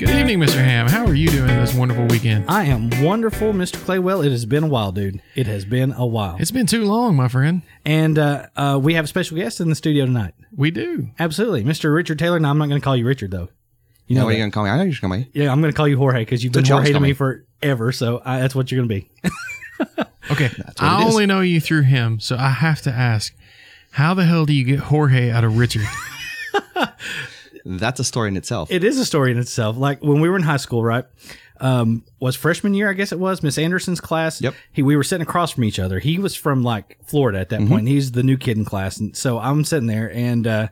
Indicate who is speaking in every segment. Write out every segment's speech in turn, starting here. Speaker 1: evening, Mr. Ham. How are you doing this wonderful weekend?
Speaker 2: I am wonderful, Mr. Claywell. It has been a while, dude. It has been a while.
Speaker 1: It's been too long, my friend.
Speaker 2: And uh, uh, we have a special guest in the studio tonight.
Speaker 1: We do.
Speaker 2: Absolutely. Mr. Richard Taylor. No, I'm not going to call you Richard, though. You
Speaker 3: No,
Speaker 2: know,
Speaker 3: what are
Speaker 2: that.
Speaker 3: you gonna call me? I know you're just gonna call me.
Speaker 2: yeah, I'm going to call you Jorge because you've been
Speaker 3: That's what y'all
Speaker 2: Jorge to
Speaker 3: call
Speaker 2: me
Speaker 3: me.
Speaker 2: forever. So I, that's what you're going to be.
Speaker 1: Okay.
Speaker 3: what
Speaker 1: I
Speaker 3: it is.
Speaker 1: only know you through him, so I have to ask how the hell do you get Jorge out of Richard?
Speaker 3: That's a story in itself.
Speaker 2: it is a story in itself. Like when we were in high school, right? Um, was freshman year, I guess it was Miss Anderson's class.
Speaker 3: Yep.
Speaker 2: He, we were sitting across from each other. He was from like Florida at that
Speaker 3: Mm-hmm.
Speaker 2: point. He's the new kid in class, and so I'm sitting there, and uh,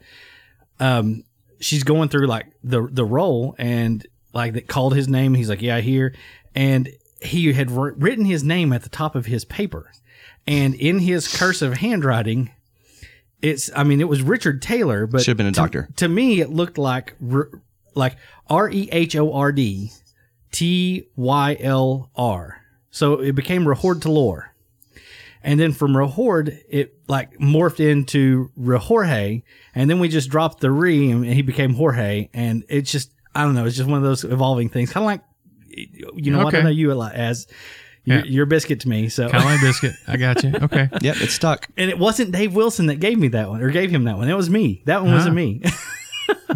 Speaker 2: um, she's going through like the the role, and like that called his name. He's like, "Yeah, I hear," and he had wr- written his name at the top of his paper, and in his cursive handwriting. It's, I mean, it was Richard Taylor, but
Speaker 3: Should have been a
Speaker 2: to-
Speaker 3: doctor.
Speaker 2: to me, it looked like r- like R E H O R D T Y L R. So it became Rehord Talor. And then from Rehord, it like morphed into Rehorge. And then we just dropped the re and he became Jorge. And it's just, I don't know, it's just one of those evolving things. Kind of like, you know, I
Speaker 1: Okay.
Speaker 2: don't know you a lot as
Speaker 1: Yeah.
Speaker 2: your you're biscuit to me. So,
Speaker 1: Kind of like biscuit. I got you. Okay.
Speaker 3: yep, it's stuck.
Speaker 2: and it wasn't Dave Wilson that gave me that one or gave him that one. It was me. That one wasn't
Speaker 1: Ah.
Speaker 2: me.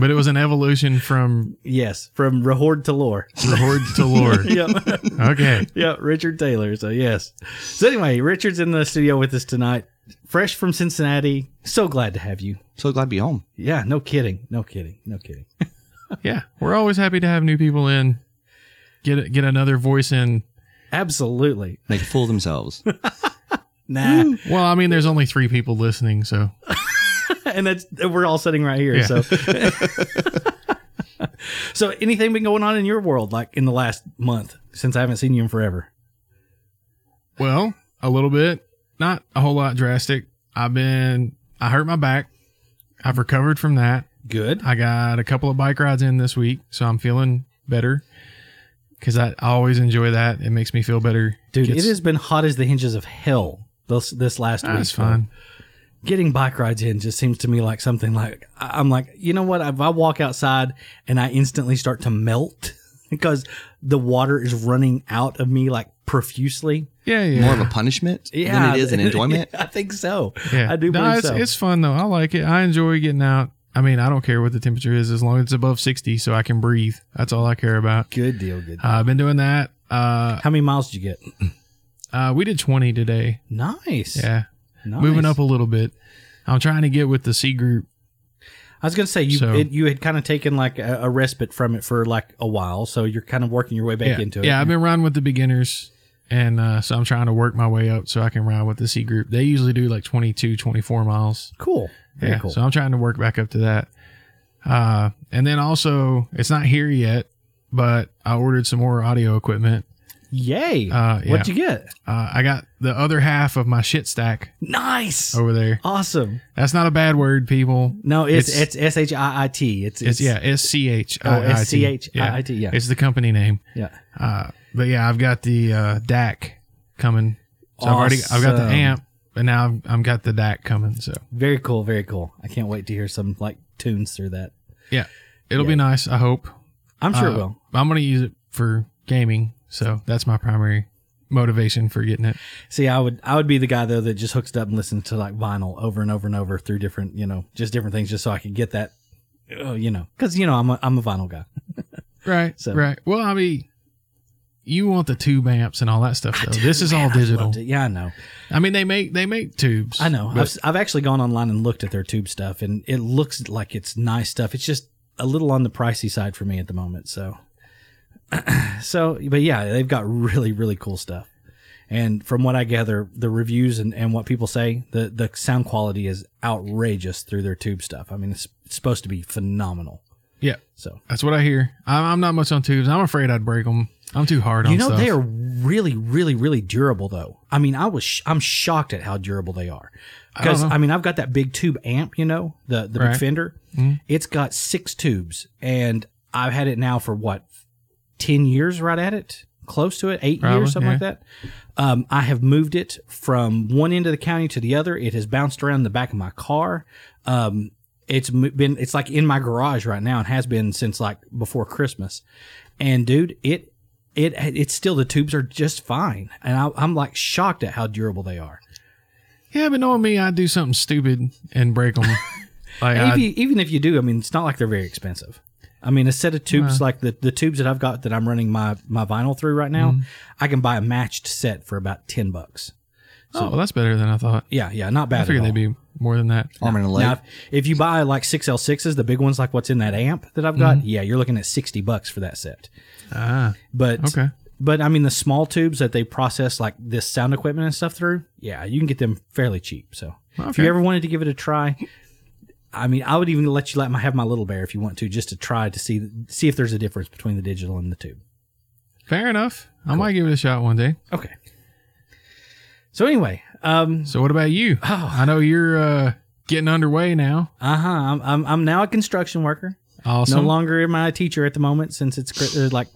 Speaker 1: But it was an evolution from
Speaker 2: yes. From Rehord Talor.
Speaker 1: Lord to Lord.
Speaker 2: yeah,
Speaker 1: Okay.
Speaker 2: yeah, Richard Taylor. So yes. So anyway, Richard's in the studio with us tonight, fresh from Cincinnati. So glad to have you.
Speaker 3: So glad to be home.
Speaker 2: Yeah, no kidding, no kidding, no kidding.
Speaker 1: Yeah. We're always happy to have new people in. Get get another voice in.
Speaker 2: Absolutely.
Speaker 3: They can fool themselves.
Speaker 2: Nah,
Speaker 1: Well, I mean, there's only three people listening, so
Speaker 2: and that's we're all sitting right here.
Speaker 1: Yeah.
Speaker 2: So. so anything been going on in your world like in the last month since I haven't seen you in forever?
Speaker 1: Well, a little bit, not a whole lot drastic. I've been, I hurt my back. I've recovered from that.
Speaker 2: Good.
Speaker 1: I got a couple of bike rides in this week, so I'm feeling better because I I always enjoy that. It makes me feel better.
Speaker 2: Dude,
Speaker 1: Gets-
Speaker 2: it has been hot as the hinges of hell this this last week.
Speaker 1: That's
Speaker 2: so
Speaker 1: fine.
Speaker 2: getting bike rides in just seems to me like something like I- I'm like, you know what? If I walk outside and I instantly start to melt because the water is running out of me like profusely.
Speaker 1: Yeah, yeah.
Speaker 3: More of a punishment
Speaker 2: Yeah,
Speaker 3: than it is an enjoyment.
Speaker 2: I think so.
Speaker 1: yeah.
Speaker 2: I do
Speaker 1: No,
Speaker 2: believe
Speaker 1: it's,
Speaker 2: so.
Speaker 1: it's fun though. I like it. I enjoy getting out. I mean, I don't care what the temperature is as long as it's above 60 so I can breathe. That's all I care about.
Speaker 2: good deal. Good.
Speaker 1: Uh, I've been doing that. Uh,
Speaker 2: How many miles did you get?
Speaker 1: uh, we did 20 today.
Speaker 2: Nice.
Speaker 1: Yeah.
Speaker 2: nice.
Speaker 1: Oh, moving up a little bit. I'm trying to get with the C group.
Speaker 2: I was gonna say you
Speaker 1: So-
Speaker 2: it, you had kind of taken like a, a respite from it for like a while, so you're kind of working your way back
Speaker 1: yeah,
Speaker 2: into it.
Speaker 1: yeah. I've been riding with the beginners, and uh, so I'm trying to work my way up so I can ride with the C group. They usually do like 22, 24 miles.
Speaker 2: Cool. Very
Speaker 1: yeah,
Speaker 2: cool.
Speaker 1: so I'm trying to work back up to that. Uh, and then also, it's not here yet, but I ordered some more audio equipment.
Speaker 2: Yay.
Speaker 1: Uh, yeah.
Speaker 2: What'd you get?
Speaker 1: Uh, I got the other half of my shit stack
Speaker 2: Nice.
Speaker 1: over there.
Speaker 2: Awesome.
Speaker 1: That's not a bad word, people.
Speaker 2: No, it's
Speaker 1: It's-
Speaker 2: it's S H I I T. It's
Speaker 1: It's, yeah, S C H I I T.
Speaker 2: Oh, SCHIIT, yeah.
Speaker 1: It's the company name.
Speaker 2: yeah.
Speaker 1: Uh, but yeah, I've got the uh, DAC coming. So I've already I've got
Speaker 2: Awesome.
Speaker 1: the amp, and now I've, I've got the DAC coming. So
Speaker 2: Very cool, very cool. I can't wait to hear some like tunes through that.
Speaker 1: yeah, it'll
Speaker 2: Yeah.
Speaker 1: be nice. I hope.
Speaker 2: I'm sure
Speaker 1: Uh,
Speaker 2: it will.
Speaker 1: I'm gonna use it for gaming. So that's my primary motivation for getting it.
Speaker 2: See, I would I would be the guy though that just hooks it up and listens to like vinyl over and over and over through different, you know, just different things just so I could get that uh, you know, cuz you know, I'm a, I'm a vinyl guy.
Speaker 1: Right.
Speaker 2: So-
Speaker 1: Right. Well, I mean, you want the tube amps and all that stuff though. this is all digital.
Speaker 2: Loved it. Yeah, I know.
Speaker 1: I mean, they make they make tubes.
Speaker 2: I know.
Speaker 1: but
Speaker 2: I've, I've actually gone online and looked at their tube stuff and it looks like it's nice stuff. It's just a little on the pricey side for me at the moment, so so but yeah, they've got really really cool stuff. And from what I gather, the reviews and, and what people say, the, the sound quality is outrageous through their tube stuff. I mean, it's, it's supposed to be phenomenal.
Speaker 1: Yeah.
Speaker 2: So,
Speaker 1: that's what I hear. I'm, I'm not much on tubes. I'm afraid I'd break them. I'm too hard on
Speaker 2: you know,
Speaker 1: stuff.
Speaker 2: they are really, really, really durable, though. I mean, I was sh- I'm shocked at how durable they are.
Speaker 1: don't
Speaker 2: Because
Speaker 1: know.
Speaker 2: I, mean, I've got that big tube amp, you know, the the
Speaker 1: Right.
Speaker 2: big fender. It's got six tubes, and I've had it now for what ten years, right at it, close to it, eight
Speaker 1: Probably,
Speaker 2: years, something like that. Um, I have moved it from one end of the county to the other. It has bounced around the back of my car. Um, It's mo- been it's like in my garage right now and has been since like before Christmas. And dude, it it it's still the tubes are just fine, and I, I'm like shocked at how durable they are.
Speaker 1: Yeah, but knowing me, I'd do something stupid and break them. like,
Speaker 2: And
Speaker 1: I,
Speaker 2: if you, even if you do, I mean, it's not like they're very expensive. I mean, a set of tubes like the, the tubes that I've got that I'm running my, my vinyl through right now,
Speaker 1: Mm-hmm.
Speaker 2: I can buy a matched set for about ten bucks.
Speaker 1: oh, well, that's better than I thought.
Speaker 2: Yeah, yeah, not bad.
Speaker 1: I figured
Speaker 2: at all.
Speaker 1: they'd be more than that.
Speaker 3: Arm and a leg.
Speaker 2: Now, if, if you buy like six L sixes, the big ones like what's in that amp that I've got,
Speaker 1: Mm-hmm.
Speaker 2: yeah, you're looking at sixty bucks for that set.
Speaker 1: Ah,
Speaker 2: But
Speaker 1: okay.
Speaker 2: but I mean, the small tubes that they process like this sound equipment and stuff through, yeah, you can get them fairly cheap. So if
Speaker 1: Okay.
Speaker 2: you ever wanted to give it a try, I mean, I would even let you let my have my little bear if you want to, just to try to see see if there's a difference between the digital and the tube.
Speaker 1: Fair enough. I might give it a shot one day.
Speaker 2: Okay. So anyway, um,
Speaker 1: So, what about you?
Speaker 2: oh,
Speaker 1: I know you're uh, getting underway now.
Speaker 2: uh huh, I'm, I'm I'm now a construction worker.
Speaker 1: Awesome.
Speaker 2: No longer am I a teacher at the moment since it's cri- uh, like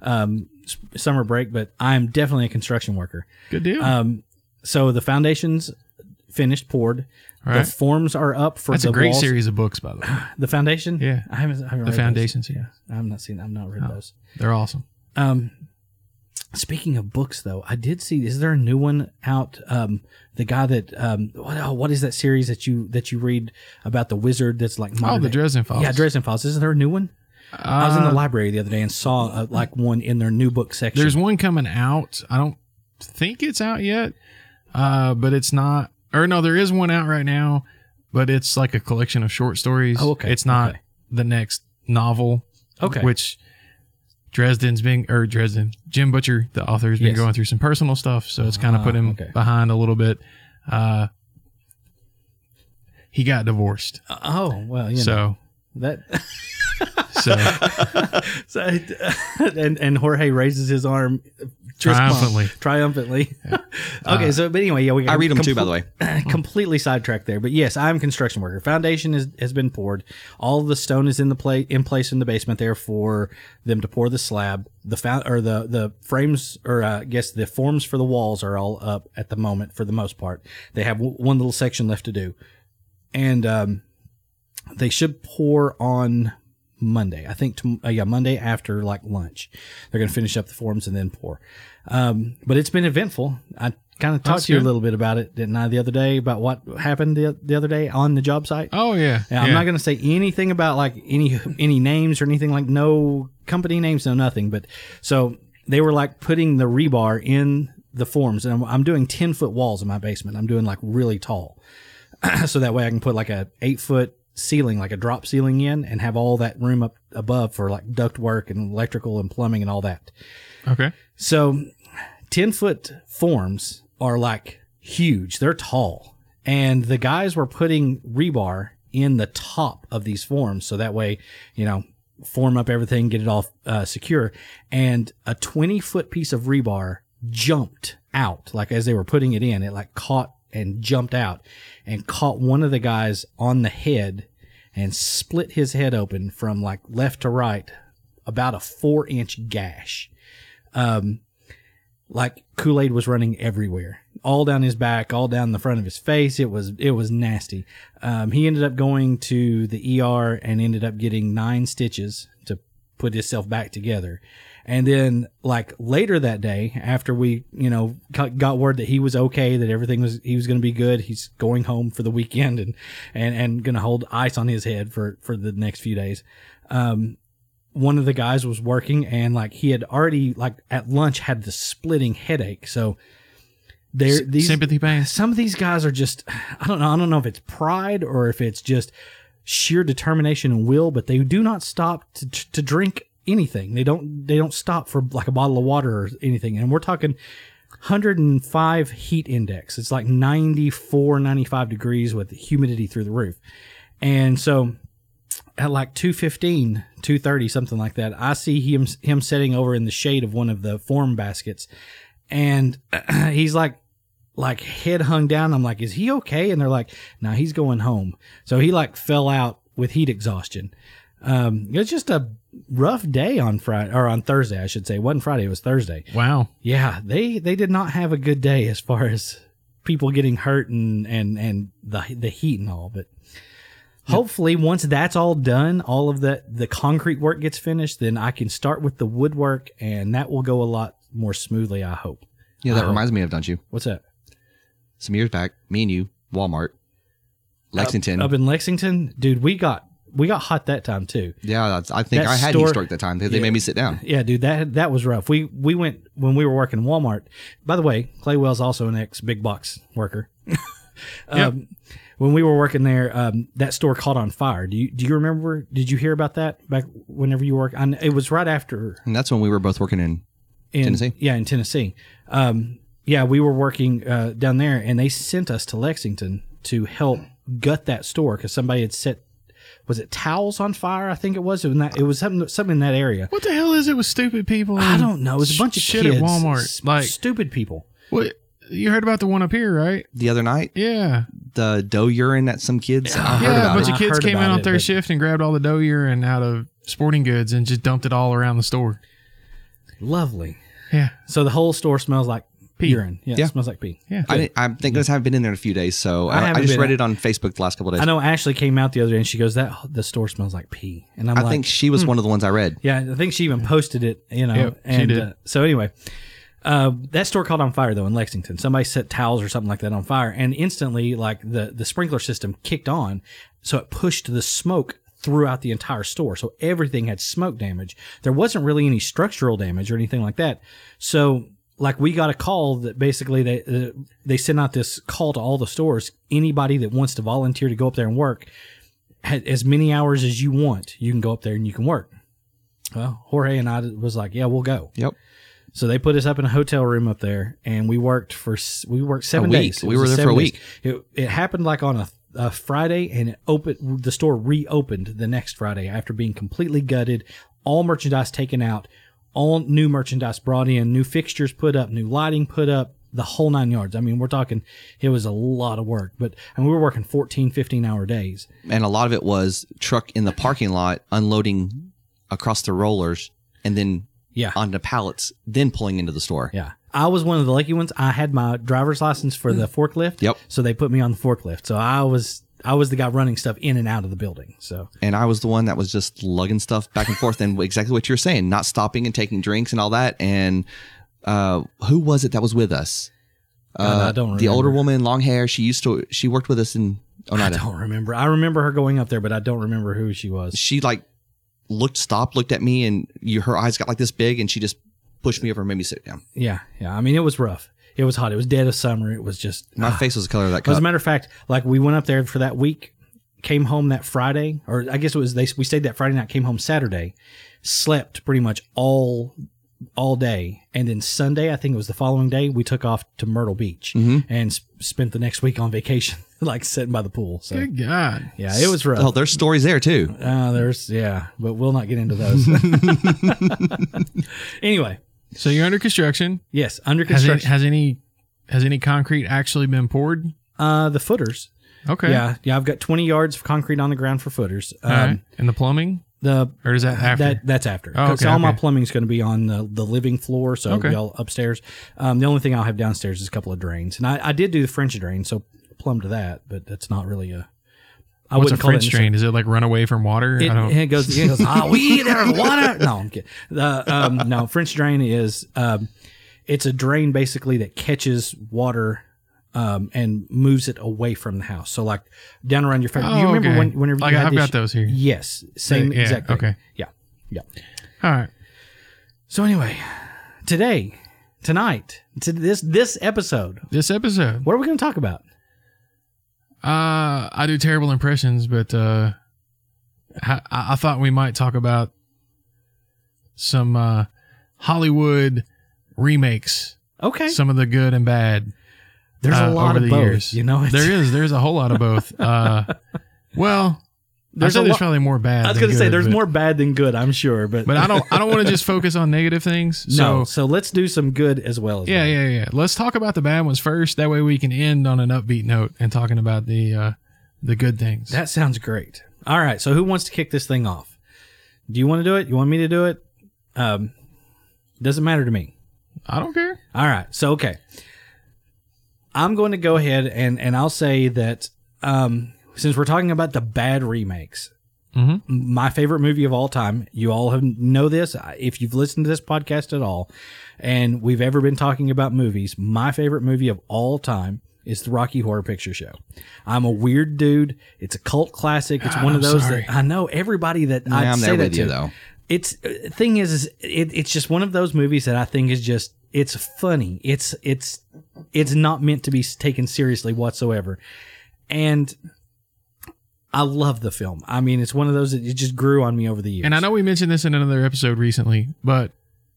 Speaker 2: um, s- summer break, but I'm definitely a construction worker.
Speaker 1: Good deal.
Speaker 2: Um, so the foundations finished poured.
Speaker 1: All
Speaker 2: The
Speaker 1: right.
Speaker 2: forms are up for
Speaker 1: That's
Speaker 2: the
Speaker 1: a great
Speaker 2: walls.
Speaker 1: series of books, by the way.
Speaker 2: The foundation.
Speaker 1: Yeah.
Speaker 2: I haven't. I haven't
Speaker 1: The Oh.
Speaker 2: read
Speaker 1: Foundations. Yeah.
Speaker 2: Those. I'm not seen. I'm not read those.
Speaker 1: They're awesome.
Speaker 2: Um, speaking of books, though, I did see. Is there a new one out? Um, the guy that um, what, oh, what is that series that you that you read about the wizard that's like
Speaker 1: Oh,
Speaker 2: modern
Speaker 1: the
Speaker 2: day-
Speaker 1: Dresden Files. Uh,
Speaker 2: Yeah, Dresden Files. Isn't there a new one? I was in the library the other day and saw uh, like one in their new book section.
Speaker 1: There's one coming out. I don't think it's out yet, uh, but it's not. Or no, there is one out right now, but it's like a collection of short stories.
Speaker 2: Oh, okay.
Speaker 1: It's not
Speaker 2: Okay.
Speaker 1: the next novel.
Speaker 2: Okay.
Speaker 1: Which Dresden's been, or Dresden, Jim Butcher, the author, has been
Speaker 2: Yes.
Speaker 1: going through some personal stuff, so it's kind of
Speaker 2: Ah,
Speaker 1: put him
Speaker 2: okay.
Speaker 1: behind a little bit. Uh, he got divorced,
Speaker 2: oh well, you know
Speaker 1: so
Speaker 2: that.
Speaker 1: so
Speaker 2: so, and and Jorge raises his arm
Speaker 1: Triumphantly.
Speaker 2: Triumphantly. okay, so but anyway, yeah, we.
Speaker 3: I read them too, by the way.
Speaker 2: completely sidetracked there, but yes, I'm a construction worker. Foundation is, has been poured. All the stone is in the play in place in the basement there for them to pour the slab. The found or the the frames or uh, I guess the forms for the walls are all up at the moment for the most part. They have w- one little section left to do, and um, they should pour on Monday. I think tom uh, yeah Monday after like lunch, they're going to finish up the forms and then pour. Um, but it's been eventful. I kind of talked
Speaker 1: That's
Speaker 2: to you a
Speaker 1: good.
Speaker 2: little bit about it, didn't I, the other day about what happened the, the other day on the job site.
Speaker 1: oh yeah,
Speaker 2: Yeah, I'm not going to say anything about like any any names or anything like no company names, no nothing. But so they were like putting the rebar in the forms, and I'm, I'm doing ten foot walls in my basement. I'm doing like really tall, so that way I can put like a eight foot ceiling, like a drop ceiling in, and have all that room up above for like duct work and electrical and plumbing and all that.
Speaker 1: okay.
Speaker 2: So, 10 foot forms are like huge, they're tall. And the guys were putting rebar in the top of these forms. So that way, you know, form up everything, get it all uh, secure. And a 20 foot piece of rebar jumped out, like as they were putting it in, it like caught and jumped out and caught one of the guys on the head and split his head open from like left to right, about a four inch gash um, like Kool Aid was running everywhere, all down his back, all down the front of his face. It was it was nasty. Um, he ended up going to the ER and ended up getting nine stitches to put himself back together. And then, like later that day, after we, you know, co- got word that he was okay, that everything was, he was going to be good. He's going home for the weekend and, and, and going to hold ice on his head for, for the next few days. Um, one of the guys was working and like he had already like at lunch had the splitting headache. So there these
Speaker 1: Sympathy pains.
Speaker 2: some of these guys are just I don't know, I don't know if it's pride or if it's just sheer determination and will, but they do not stop to, to drink anything. They don't they don't stop for like a bottle of water or anything. And we're talking 105 heat index. It's like 94 95 degrees with humidity through the roof. And so at like 215 230 something like that i see him him sitting over in the shade of one of the form baskets and he's like like head hung down i'm like is he okay and they're like nah, he's going home so he like fell out with heat exhaustion um it was just a rough day on friday or on thursday i should say it wasn't friday it was thursday
Speaker 1: Wow.
Speaker 2: yeah they they did not have a good day as far as people getting hurt and and and the the heat and all but Hopefully, once that's all done, all of the the concrete work gets finished, then I can start with the woodwork, and that will go a lot more smoothly. I hope.
Speaker 3: Yeah, that
Speaker 2: Oh.
Speaker 3: reminds me of, don't you?
Speaker 2: What's that?
Speaker 3: Some years back, me and you, Walmart, Lexington.
Speaker 2: Up in Lexington, dude, we got we got hot that time too.
Speaker 3: yeah, I I think
Speaker 2: that
Speaker 3: I had
Speaker 2: store-
Speaker 3: heat stroke that time. They, they
Speaker 2: Yeah.
Speaker 3: made me sit down.
Speaker 2: Yeah, dude, that that was rough. We we went when we were working Walmart. By the way, Clay Wells also an ex big box worker. um, When we were working there, um, that store caught on fire. Do you do you remember? Did you hear about that back whenever you work? I, kn- it was right after
Speaker 3: And that's when we were both working in.
Speaker 2: in
Speaker 3: Tennessee?
Speaker 2: Yeah, in Tennessee. Um, yeah, we were working uh, down there, and they sent us to Lexington to help gut that store because somebody had set was it towels on fire? I think it was. It was, not, it was something something in that area.
Speaker 1: What the hell is it with stupid people?
Speaker 2: I
Speaker 1: and
Speaker 2: don't know. It was a
Speaker 1: sh-
Speaker 2: bunch of
Speaker 1: shit
Speaker 2: kids,
Speaker 1: at Walmart.
Speaker 2: S-
Speaker 1: like
Speaker 2: stupid people.
Speaker 1: what? You heard about the one up here, right?
Speaker 3: The other night,
Speaker 1: Yeah,
Speaker 3: the dough urine that some kids. I heard
Speaker 1: yeah. A
Speaker 3: about
Speaker 1: bunch
Speaker 2: it.
Speaker 3: it.
Speaker 1: of
Speaker 2: I
Speaker 1: kids
Speaker 2: heard
Speaker 1: came in
Speaker 2: about
Speaker 1: off
Speaker 2: it,
Speaker 1: their
Speaker 2: but-
Speaker 1: shift and grabbed all the dough urine out of sporting goods and just dumped it all around the store.
Speaker 2: Lovely.
Speaker 1: Yeah,
Speaker 2: So the whole store smells like
Speaker 1: Pee.
Speaker 2: urine. Yeah,
Speaker 3: Yeah.
Speaker 2: It smells like pee.
Speaker 1: yeah.
Speaker 3: I, didn't, I think this haven't been in there in a few days, so I, I,
Speaker 2: haven't
Speaker 3: just
Speaker 2: been-
Speaker 3: read it on Facebook the last couple of
Speaker 2: I
Speaker 3: days.
Speaker 2: know Ashley came out the other day and she goes, "That the store smells like pee," and I'm
Speaker 3: I
Speaker 2: like,
Speaker 3: think she
Speaker 2: Hmm.
Speaker 3: was one of the ones I read.
Speaker 2: Yeah, I think she even posted it, you know.
Speaker 1: Yep, she
Speaker 2: and
Speaker 1: did.
Speaker 2: Uh, so anyway, uh, that store caught on fire though in Lexington. Somebody set towels or something like that on fire, and instantly, like the the sprinkler system kicked on, so it pushed the smoke throughout the entire store. So everything had smoke damage. There wasn't really any structural damage or anything like that. So. Like we got a call that basically they uh, they sent out this call to all the stores. Anybody that wants to volunteer to go up there and work, ha- as many hours as you want, you can go up there and you can work. Well, Jorge and I was like, yeah, we'll go.
Speaker 3: Yep.
Speaker 2: So they put us up in a hotel room up there, and we worked for s- we worked seven
Speaker 3: week.
Speaker 2: days. It
Speaker 3: We
Speaker 2: was
Speaker 3: were there for
Speaker 2: seven
Speaker 3: a
Speaker 2: days. It, it happened like on a, a Friday, and it opened. The store reopened the next Friday after being completely gutted, all merchandise taken out, all new merchandise brought in, new fixtures put up, new lighting put up, the whole nine yards. I mean, we're talking it was a lot of work, but and we were working 14, 15 hour days.
Speaker 3: And a lot of it was truck in the parking lot unloading across the rollers and then
Speaker 2: Yeah.
Speaker 3: onto pallets, then pulling into the store.
Speaker 2: Yeah. I was one of the lucky ones. I had my driver's license for the forklift.
Speaker 3: Yep.
Speaker 2: So they put me on the forklift. So I was I was the guy running stuff in and out of the building. So
Speaker 3: And I was the one that was just lugging stuff back and forth and exactly what you're saying, not stopping and taking drinks and all that. And uh, who was it that was with us? Uh,
Speaker 2: God, I don't
Speaker 3: The older
Speaker 2: remember.
Speaker 3: woman, long hair. She used to, she worked with us in
Speaker 2: I
Speaker 3: Oneida.
Speaker 2: don't remember. I remember her going up there, but I don't remember who she was.
Speaker 3: She like looked, stopped, looked at me, and you, her eyes got like this big, and she just pushed me over and made me sit down.
Speaker 2: Yeah. Yeah. I mean it was rough. It was hot. It was dead of summer. It was just ah.
Speaker 3: My face was the color of that
Speaker 2: As a
Speaker 3: cup.
Speaker 2: matter of fact, like we went up there for that week, came home that Friday, or I guess it was they we stayed that Friday night, came home Saturday, slept pretty much all all day, and then Sunday, I think it was the following day, we took off to Myrtle Beach and s- spent the next week on vacation, like sitting by the pool. So
Speaker 1: Good God.
Speaker 2: yeah, it was rough.
Speaker 3: Oh, there's stories there too.
Speaker 2: Uh, there's yeah, but we'll not get into those. anyway,
Speaker 1: So you're under construction.
Speaker 2: yes, under
Speaker 1: Has any,
Speaker 2: construction.
Speaker 1: has any has any concrete actually been poured?
Speaker 2: uh, the footers.
Speaker 1: Okay.
Speaker 2: Yeah, yeah. I've got 20 yards of concrete on the ground for footers. Um,
Speaker 1: All right. And the plumbing,
Speaker 2: The
Speaker 1: or is that after?
Speaker 2: That that's after.
Speaker 1: Oh, okay,
Speaker 2: so all my
Speaker 1: okay.
Speaker 2: plumbing's going to be on the, the living floor, so it'll
Speaker 1: Okay.
Speaker 2: be all upstairs. Um, the only thing I'll have downstairs is a couple of drains, and I, I did do the French drain, so plumbed to that, but that's not really a. I
Speaker 1: What's a
Speaker 2: wouldn't call it
Speaker 1: French
Speaker 2: an-
Speaker 1: drain? Does it like run away from water?
Speaker 2: It,
Speaker 1: I don't.
Speaker 2: it goes. It goes. Ah, we there's water. No, I'm kidding. The, um, no, French drain is um, it's a drain basically that catches water. Um, and moves it away from the house. So like down around your face.
Speaker 1: Oh,
Speaker 2: you remember
Speaker 1: okay.
Speaker 2: when, whenever
Speaker 1: Like,
Speaker 2: you had
Speaker 1: I've
Speaker 2: this-
Speaker 1: got those here.
Speaker 2: Yes, same
Speaker 1: Yeah,
Speaker 2: exact. thing.
Speaker 1: okay.
Speaker 2: Yeah. Yeah.
Speaker 1: All right.
Speaker 2: So anyway, today, tonight, to this this episode,
Speaker 1: This episode,
Speaker 2: what are we going to talk about?
Speaker 1: uh, I do terrible impressions, but uh, I, I I thought we might talk about some uh, Hollywood remakes,
Speaker 2: Okay,
Speaker 1: some of the good and bad.
Speaker 2: there's
Speaker 1: uh,
Speaker 2: a lot
Speaker 1: over
Speaker 2: of
Speaker 1: the
Speaker 2: both.
Speaker 1: years.
Speaker 2: You know, it's-
Speaker 1: There is there's a whole lot of both. Uh, well,
Speaker 2: There's
Speaker 1: I
Speaker 2: a
Speaker 1: said there's
Speaker 2: lot-
Speaker 1: probably more bad.
Speaker 2: I was
Speaker 1: than
Speaker 2: going to say
Speaker 1: good,
Speaker 2: there's
Speaker 1: but-
Speaker 2: more bad than good, I'm sure, but,
Speaker 1: but I don't I don't want to just focus on negative things. So
Speaker 2: no. So let's do some good as well. As
Speaker 1: yeah,
Speaker 2: bad.
Speaker 1: yeah, yeah. Let's talk about the bad ones first. That way we can end on an upbeat note and talking about the uh, the good things.
Speaker 2: That sounds great. All right. So who wants to kick this thing off? Do you want to do it? You want me to do it? Um, doesn't matter to me.
Speaker 1: I don't care.
Speaker 2: All right. So okay. I'm going to go ahead and and I'll say that um since we're talking about the bad remakes,
Speaker 1: Mhm.
Speaker 3: Mm-hmm.
Speaker 2: my favorite movie of all time. You all have know this I- if you've listened to this podcast at all, and we've ever been talking about movies. My favorite movie of all time is the Rocky Horror Picture Show. I'm a weird dude. It's a cult classic. It's one of
Speaker 1: I'm
Speaker 2: those
Speaker 1: sorry.
Speaker 2: that I know everybody that
Speaker 3: Ah, Yeah,
Speaker 2: I
Speaker 3: I'm
Speaker 2: say
Speaker 3: there
Speaker 2: that
Speaker 3: with
Speaker 2: to.
Speaker 3: you though.
Speaker 2: It's uh, thing is, is it, it's just one of those movies that I think is just it's funny. It's it's it's not meant to be taken seriously whatsoever, and I love the film. I mean, it's one of those that it just grew on me over the years.
Speaker 1: And I know we mentioned this in another episode recently, but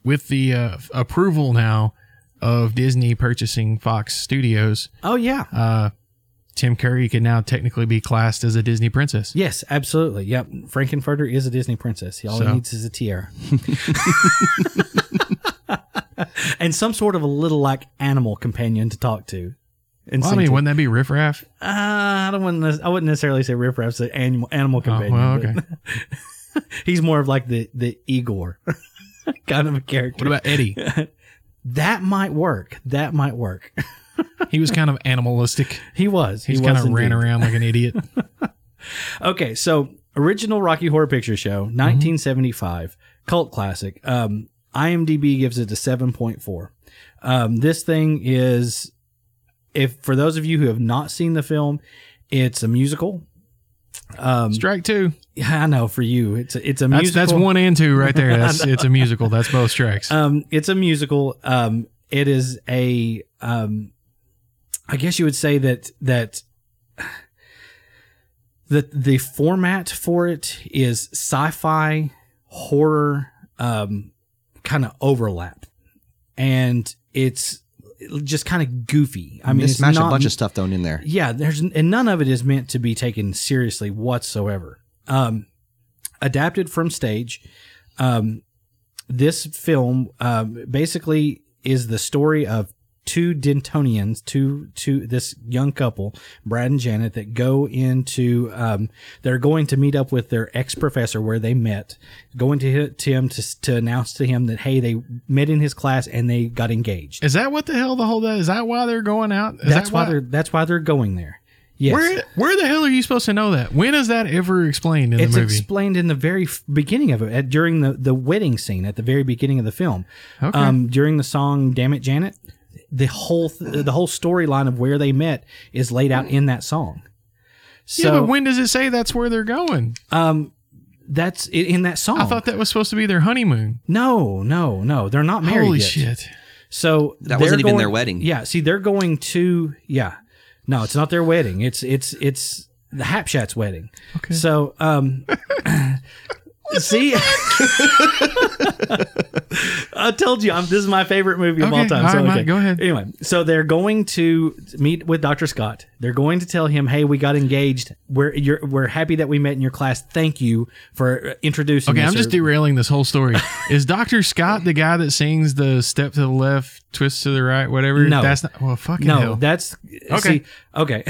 Speaker 1: with the uh, f- approval now of Disney purchasing Fox Studios,
Speaker 2: Oh yeah.
Speaker 1: uh, Tim Curry can now technically be classed as a Disney princess.
Speaker 2: Yes, absolutely. Yep. Frankenfurter is a Disney princess. All he
Speaker 1: So.
Speaker 2: needs is a tiara. and some sort of a little like animal companion to talk to. And
Speaker 1: Well, I
Speaker 2: sing
Speaker 1: mean,
Speaker 2: to.
Speaker 1: wouldn't that be riffraff?
Speaker 2: Uh, I don't want. To, I wouldn't necessarily say Riff Raff's an animal animal
Speaker 1: Oh,
Speaker 2: companion.
Speaker 1: well,
Speaker 2: but
Speaker 1: okay.
Speaker 2: He's more of like the the Igor kind of a character.
Speaker 1: What about Eddie?
Speaker 2: that might work. That might work.
Speaker 1: He was kind of animalistic.
Speaker 2: He was.
Speaker 1: He
Speaker 2: he
Speaker 1: kind
Speaker 2: was
Speaker 1: of ran
Speaker 2: indeed.
Speaker 1: around like an idiot.
Speaker 2: Okay, so original Rocky Horror Picture Show,
Speaker 1: Mm-hmm.
Speaker 2: 1975, cult classic. Um, IMDb gives it a 7.4. Um, this thing is, if for those of you who have not seen the film, it's a musical. Um,
Speaker 1: Strike two.
Speaker 2: I know for you, it's a, it's a
Speaker 1: That's
Speaker 2: musical.
Speaker 1: that's one and two right there. That's it's a musical. That's both strikes.
Speaker 2: Um, it's a musical. Um, it is a. Um, I guess you would say that that that the format for it is sci-fi horror um, kind of overlap, and it's just kind of goofy. I mean,
Speaker 3: they
Speaker 2: it's
Speaker 3: smash
Speaker 2: not-
Speaker 3: a bunch of stuff thrown in there.
Speaker 2: yeah, there's and none of it is meant to be taken seriously whatsoever. Um, adapted from stage, um, this film um, basically is the story of two Dentonians, two two this young couple, Brad and Janet, that go into um, they're going to meet up with their ex professor where they met, going to, hi- to him to to announce to him that hey they met in his class and they got engaged.
Speaker 1: Is that what the hell the whole that is that why they're going out? Is
Speaker 2: That's
Speaker 1: that
Speaker 2: why they're that's why they're going there. Yes.
Speaker 1: where where the hell are you supposed to know that? When is that ever explained in
Speaker 2: it's
Speaker 1: the movie?
Speaker 2: explained in the very f- beginning of it at, during the, the wedding scene at the very beginning of the film
Speaker 1: Okay.
Speaker 2: um, during the song damn it janet the whole th- the whole storyline of where they met is laid out in that song so
Speaker 1: yeah, but when does it say that's where they're going?
Speaker 2: um, that's i- in that song
Speaker 1: I thought that was supposed to be their honeymoon.
Speaker 2: no no no they're not married
Speaker 1: Holy
Speaker 2: yet.
Speaker 1: shit!
Speaker 2: so
Speaker 3: That
Speaker 2: they're
Speaker 3: wasn't even
Speaker 2: going-
Speaker 3: their wedding.
Speaker 2: yeah see they're going to yeah no it's not their wedding it's it's it's the hapshat's wedding
Speaker 1: Okay.
Speaker 2: So, um, see, I told you, I'm, this is my favorite movie of all
Speaker 1: Okay,
Speaker 2: time.
Speaker 1: all
Speaker 2: so,
Speaker 1: right, Mike,
Speaker 2: okay.
Speaker 1: go ahead.
Speaker 2: Anyway, so they're going to meet with Dr. Scott. They're going to tell him, "Hey, we got engaged. We're you're, we're happy that we met in your class. Thank you for uh, introducing."
Speaker 1: Okay,
Speaker 2: us
Speaker 1: I'm just
Speaker 2: or-
Speaker 1: derailing this whole story. Is Doctor Scott the guy that sings the step to the left, twist to the right, whatever?
Speaker 2: No.
Speaker 1: that's not. Well, fucking
Speaker 2: No,
Speaker 1: hell.
Speaker 2: that's
Speaker 1: Okay.
Speaker 2: See, okay.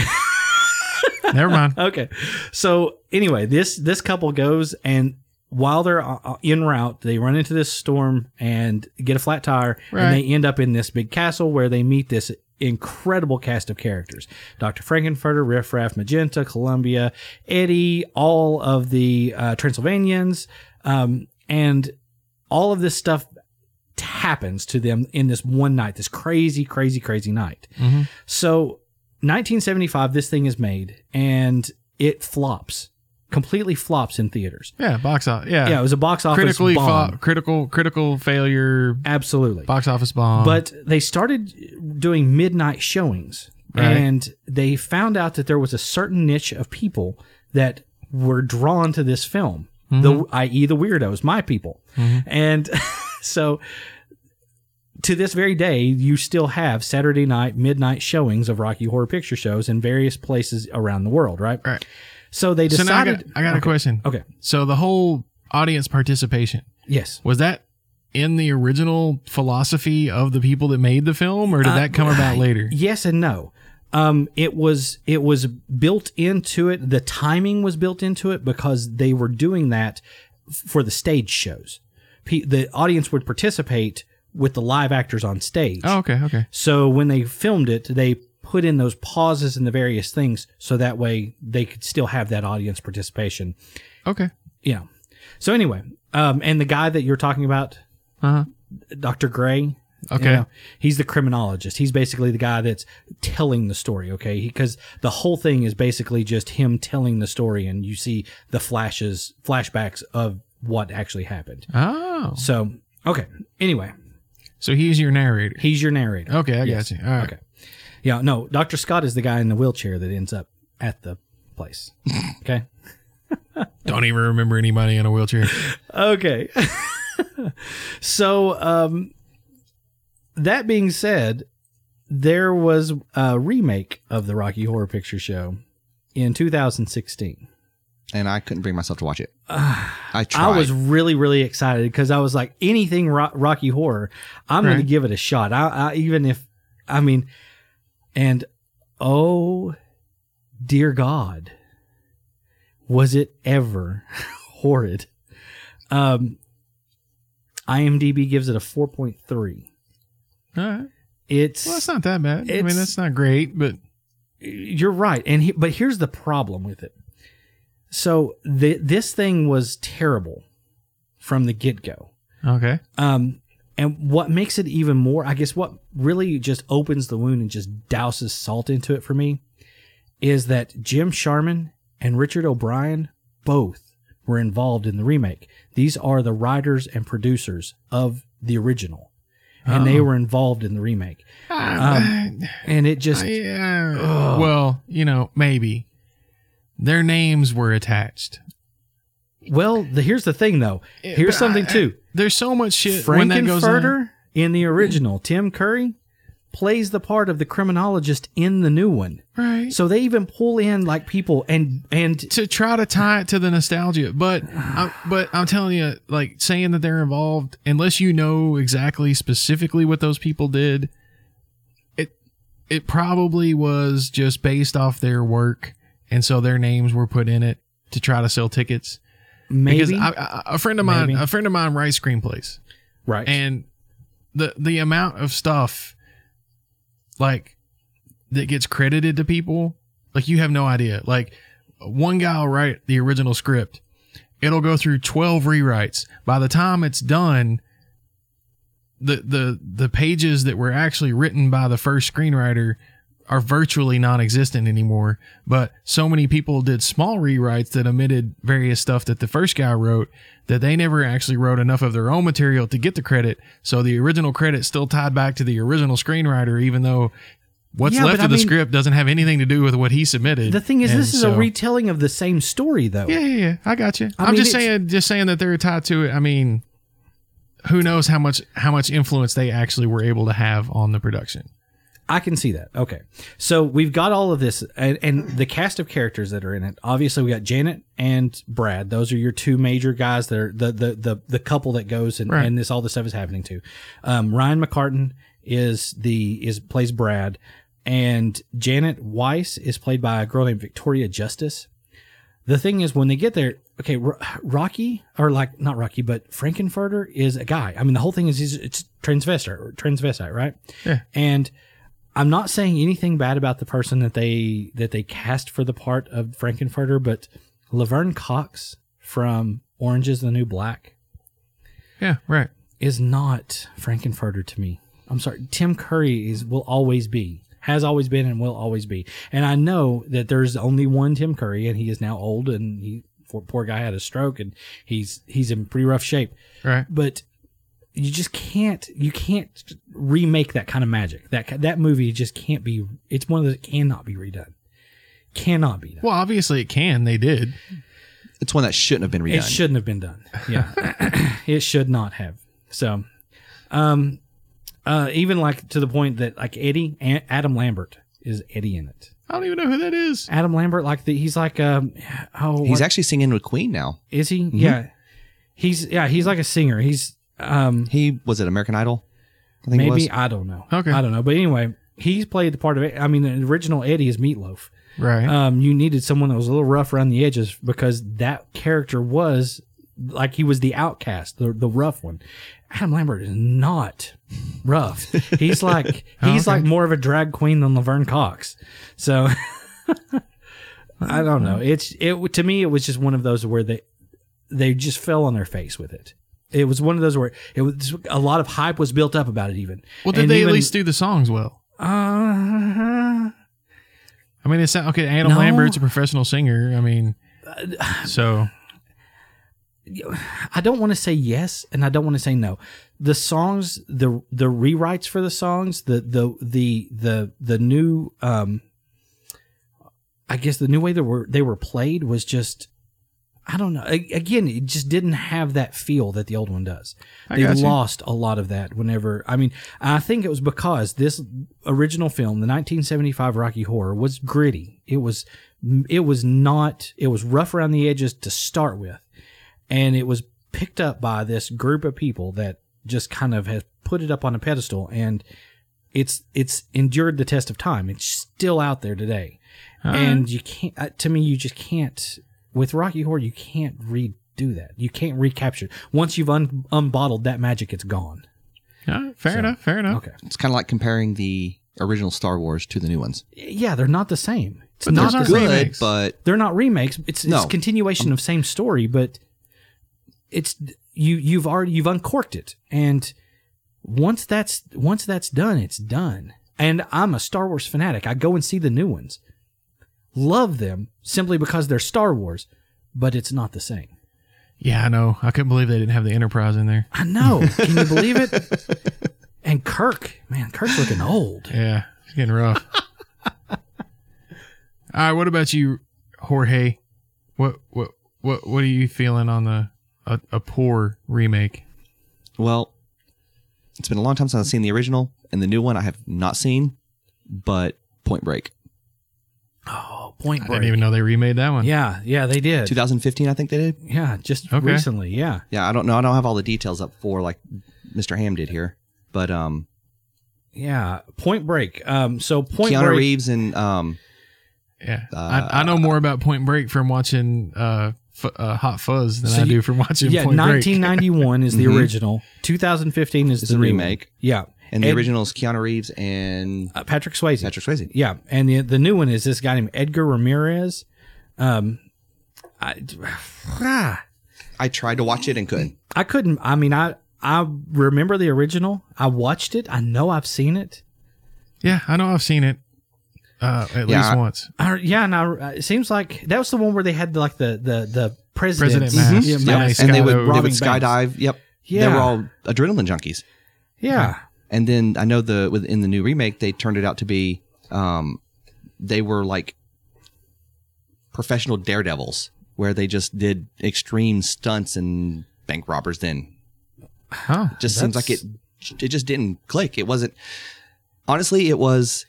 Speaker 1: Never mind.
Speaker 2: okay. So anyway, this this couple goes and while they're uh, en route, they run into this storm and get a flat tire,
Speaker 1: Right.
Speaker 2: and they end up in this big castle where they meet this incredible cast of characters: Doctor Frankenfurter, Riff Raff, Magenta, Columbia, Eddie, all of the uh, Transylvanians, um, and all of this stuff happens to them in this one night, this crazy, crazy, crazy night.
Speaker 1: Mhm.
Speaker 2: So, 1975, this thing is made and it flops, completely flops in theaters.
Speaker 1: Yeah, box off. Yeah,
Speaker 2: Yeah, it was a box office
Speaker 1: Uh, critically
Speaker 2: bomb.
Speaker 1: fa- critical critical failure,
Speaker 2: Absolutely.
Speaker 1: box office bomb.
Speaker 2: But they started doing midnight showings,
Speaker 1: Right.
Speaker 2: and they found out that there was a certain niche of people that were drawn to this film, the
Speaker 1: Mm-hmm.
Speaker 2: i.e. the weirdos, my people, and so. To this very day, you still have Saturday night midnight showings of Rocky Horror Picture shows in various places around the world, right?
Speaker 1: Right.
Speaker 2: So they
Speaker 1: so now I got,
Speaker 2: decided.
Speaker 1: I got a question.
Speaker 2: okay.
Speaker 1: So the whole audience participation
Speaker 2: Yes.
Speaker 1: was that in the original philosophy of the people that made the film,
Speaker 2: Uh,
Speaker 1: or did that come about later?
Speaker 2: Yes and no. Um, it was it was built into it. The timing was built into it because they were doing that f- for the stage shows. P- the audience would participate with the live actors on stage.
Speaker 1: Oh, okay, okay.
Speaker 2: So when they filmed it, they put in those pauses and the various things so that way they could still have that audience participation.
Speaker 1: Okay.
Speaker 2: Yeah. So anyway, um, and the guy that you're talking about,
Speaker 1: Uh huh.
Speaker 2: Dr. Gray.
Speaker 1: Okay.
Speaker 2: you know, he's the criminologist. He's basically the guy that's telling the story, okay? Because the whole thing is basically just him telling the story and you see the flashes, flashbacks of what actually happened.
Speaker 1: Oh.
Speaker 2: So, okay. Anyway,
Speaker 1: So he's your narrator.
Speaker 2: he's your narrator.
Speaker 1: Okay, I
Speaker 2: Yes.
Speaker 1: got you. Oh, All right.
Speaker 2: Okay. Yeah, no, Dr. Scott is the guy in the wheelchair that ends up at the place. okay.
Speaker 1: Don't even remember anybody in a wheelchair.
Speaker 2: Okay. so, um, that being said, there was a remake of the Rocky Horror Picture Show in 2016.
Speaker 3: and I couldn't bring myself to watch it. I tried.
Speaker 2: I was really, really excited because I was like, anything ro- Rocky Horror, I'm going
Speaker 1: Right.
Speaker 2: to give it a shot. I, I even if, I mean, and oh dear God, was it ever horrid? Um, IMDb gives it a 4.3.
Speaker 1: All right.
Speaker 2: It's
Speaker 1: Well, that's not that bad. I mean,
Speaker 2: It's-
Speaker 1: that's not great, but
Speaker 2: you're right and he, but here's the problem with it so the, this thing was terrible from the get-go
Speaker 1: okay.
Speaker 2: um and what makes it even more i guess what really just opens the wound and just douses salt into it for me is that jim sharman and richard o'brien both were involved in the remake these are the writers and producers of the original and they
Speaker 1: Oh.
Speaker 2: were involved in the remake
Speaker 1: Um,
Speaker 2: and it just
Speaker 1: yeah.
Speaker 2: Ugh.
Speaker 1: Well, you know, maybe their names were attached.
Speaker 2: well the, here's the thing though
Speaker 1: Yeah,
Speaker 2: here's
Speaker 1: but
Speaker 2: something
Speaker 1: I-
Speaker 2: too
Speaker 1: There's so much shit when that goes on.
Speaker 2: Frankenfurter in the original. Tim Curry plays the part of the criminologist in the new one.
Speaker 1: Right.
Speaker 2: So they even pull in like people and and
Speaker 1: to try to tie it to the nostalgia, but I'm, but I'm telling you, like saying that they're involved, unless you know exactly specifically what those people did, it it probably was just based off their work, and so their names were put in it to try to sell tickets. Because
Speaker 2: maybe
Speaker 1: I, I, a friend of mine,
Speaker 2: Maybe.
Speaker 1: a friend of mine writes screenplays,
Speaker 2: right.
Speaker 1: and the the amount of stuff like that gets credited to people like you have no idea like one guy will write the original script it'll go through 12 rewrites by the time it's done the the the pages that were actually written by the first screenwriter are virtually non-existent anymore but so many people did small rewrites that omitted various stuff that the first guy wrote that they never actually wrote enough of their own material to get the credit so the original credit's still tied back to the original screenwriter even though what's
Speaker 2: Yeah,
Speaker 1: left of
Speaker 2: but I
Speaker 1: the
Speaker 2: mean-
Speaker 1: script doesn't have anything to do with what he submitted
Speaker 2: the thing is,
Speaker 1: And
Speaker 2: this is
Speaker 1: so-
Speaker 2: a retelling of the same story though.
Speaker 1: yeah, yeah, yeah. I got you.
Speaker 2: I
Speaker 1: I am
Speaker 2: mean,
Speaker 1: just
Speaker 2: it's-
Speaker 1: saying, just saying that they're tied to it. I mean, who knows how much how much influence they actually were able to have on the production?
Speaker 2: I can see that. Okay. So we've got all of this and, and the cast of characters that are in it. Obviously we got Janet and Brad. Those are your two major guys that are the the the, the couple that goes and,
Speaker 1: Right.
Speaker 2: and this all this stuff is happening to. Um, Ryan McCartan is the is plays Brad and Janet Weiss is played by a girl named Victoria Justice. The thing is when they get there okay Ro- Rocky or like not Rocky but Frankenfurter is a guy. I mean the whole thing is he's, it's transvestite or transvestite, right?
Speaker 1: Yeah.
Speaker 2: And I'm not saying anything bad about the person that they that they cast for the part of Frankenfurter, but Laverne Cox from Orange is the New Black
Speaker 1: Yeah, right.
Speaker 2: is not Frankenfurter to me. I'm sorry, Tim Curry is will always be, has always been, and will always be. And I know that there's only one Tim Curry, and he is now old, and he poor, poor guy had a stroke, and he's he's in pretty rough shape
Speaker 1: Right.
Speaker 2: but you just can't you can't remake that kind of magic that that movie just can't be it's one of those that cannot be redone cannot be done
Speaker 1: Well, obviously it can. They did.
Speaker 3: it's one that shouldn't have been redone.
Speaker 2: it shouldn't have been done yeah it should not have so um uh even like to the point that like eddie A- adam lambert is eddie in it
Speaker 1: I don't even know who that is.
Speaker 2: adam lambert like the, he's like um oh
Speaker 3: He's
Speaker 2: what-
Speaker 3: actually singing with Queen now.
Speaker 2: is he yeah he's yeah he's like a singer he's um
Speaker 3: He was it American Idol? I think it was.
Speaker 2: Maybe I don't know.
Speaker 1: Okay.
Speaker 2: I don't know. But anyway, he's played the part of it. I mean, the original Eddie is Meatloaf.
Speaker 1: Right.
Speaker 2: Um, you needed someone that was a little rough around the edges because that character was like he was the outcast, the the rough one. Adam Lambert is not rough. He's like
Speaker 1: Oh,
Speaker 2: he's
Speaker 1: okay.
Speaker 2: like more of a drag queen than Laverne Cox. So I don't know.
Speaker 1: Mm-hmm.
Speaker 2: It's it to me it was just one of those where they they just fell on their face with it. It was one of those where it was a lot of hype was built up about it. Even
Speaker 1: Well, did
Speaker 2: Um, And
Speaker 1: they
Speaker 2: even-
Speaker 1: at least do the songs well?
Speaker 2: uh,
Speaker 1: I mean, it sound okay. Adam
Speaker 2: No. Uh,
Speaker 1: Lambert's a professional singer. I mean, so
Speaker 2: I don't want to say yes and I don't want to say no. The songs, the the rewrites for the songs, the the the the the new um I guess the new way they were they were played was just I don't know. A- Again, it just didn't have that feel that the old one does.
Speaker 1: I
Speaker 2: they
Speaker 1: got you.
Speaker 2: lost a lot of that whenever I mean, I think it was because this original film, the 1975 Rocky Horror was gritty. It was it was not it was rough around the edges to start with and it was picked up by this group of people that just kind of has put it up on a pedestal and it's it's endured the test of time it's still out there today and you can't uh, to me you just can't with rocky horror you can't redo that you can't recapture it. once you've un- unbottled that magic it's gone
Speaker 1: all right, fair
Speaker 2: So,
Speaker 1: enough. Fair enough.
Speaker 2: okay
Speaker 3: It's kind of like comparing the original Star Wars to the new ones.
Speaker 2: yeah they're not the same it's
Speaker 1: But those
Speaker 2: not the
Speaker 1: aren't
Speaker 2: same.
Speaker 1: really-
Speaker 3: Good,
Speaker 1: remakes.
Speaker 3: but
Speaker 2: they're not remakes. It's
Speaker 3: No.
Speaker 2: it's
Speaker 1: Um,
Speaker 2: continuation of same story, but it's you you've already you've uncorked it, and once that's once that's done, it's done. And I'm a Star Wars fanatic. I go and see the new ones, love them simply because they're Star Wars, but it's not the same.
Speaker 1: Yeah, I know. I couldn't believe they didn't have the Enterprise in there.
Speaker 2: I know. Can you believe it? And Kirk, man, Kirk's looking old.
Speaker 1: Yeah, it's getting rough. all right, what about you, Jorge? What what what what are you feeling on the a, a poor remake?
Speaker 3: well, it's been a long time since I've seen the original, and the new one I have not seen, but Point Break.
Speaker 2: Oh, Point
Speaker 1: I
Speaker 2: Break.
Speaker 1: didn't even know they remade that one.
Speaker 2: yeah, yeah, they did.
Speaker 3: 2015, I think they did.
Speaker 2: Yeah, just
Speaker 1: Okay.
Speaker 2: recently. Yeah.
Speaker 3: Yeah, I don't know. I don't have all the details up for like Mr. Ham did here, but um,
Speaker 2: Yeah, Point Break. Um, so Point
Speaker 3: Keanu
Speaker 2: Break.
Speaker 3: Reeves and um,
Speaker 1: Yeah,
Speaker 3: Uh,
Speaker 1: I, I know more about Point Break from watching uh, F- uh, Hot Fuzz than
Speaker 2: So
Speaker 1: I
Speaker 2: you-
Speaker 1: do from watching
Speaker 2: yeah,
Speaker 1: Point Break.
Speaker 2: 1991 is the
Speaker 3: Mhm.
Speaker 2: original. 2015 is
Speaker 3: It's
Speaker 2: the
Speaker 3: a
Speaker 2: new one.
Speaker 3: remake.
Speaker 2: Yeah,
Speaker 3: and the
Speaker 2: Ed-
Speaker 3: original is Keanu Reeves and
Speaker 2: uh, Patrick Swayze.
Speaker 3: Patrick Swayze.
Speaker 2: Yeah, and the the new one is this guy named Edgar Ramirez. Um, I, ah,
Speaker 3: I tried to watch it and couldn't.
Speaker 2: I couldn't. I mean, I I remember the original. I watched it. I know I've seen it.
Speaker 1: Yeah, I know I've seen it uh, at
Speaker 3: Yeah,
Speaker 1: least
Speaker 3: I-
Speaker 1: once.
Speaker 2: I, yeah, and I, uh, it seems like that was the one where they had like the the the president
Speaker 1: President Mask.
Speaker 2: Yeah,
Speaker 1: Yep.
Speaker 2: mask.
Speaker 3: Mm-hmm. And they would,
Speaker 1: Skydive.
Speaker 3: they would
Speaker 2: Robbing
Speaker 3: skydive. Yep. They
Speaker 2: Yeah.
Speaker 3: were all adrenaline junkies.
Speaker 2: yeah.
Speaker 3: And then I know the within the new remake, they turned it out to be um, they were like professional daredevils where they just did extreme stunts and bank robbers. Then
Speaker 1: Huh?
Speaker 3: just seems like it
Speaker 2: That's-
Speaker 3: it just didn't click. It wasn't honestly. It was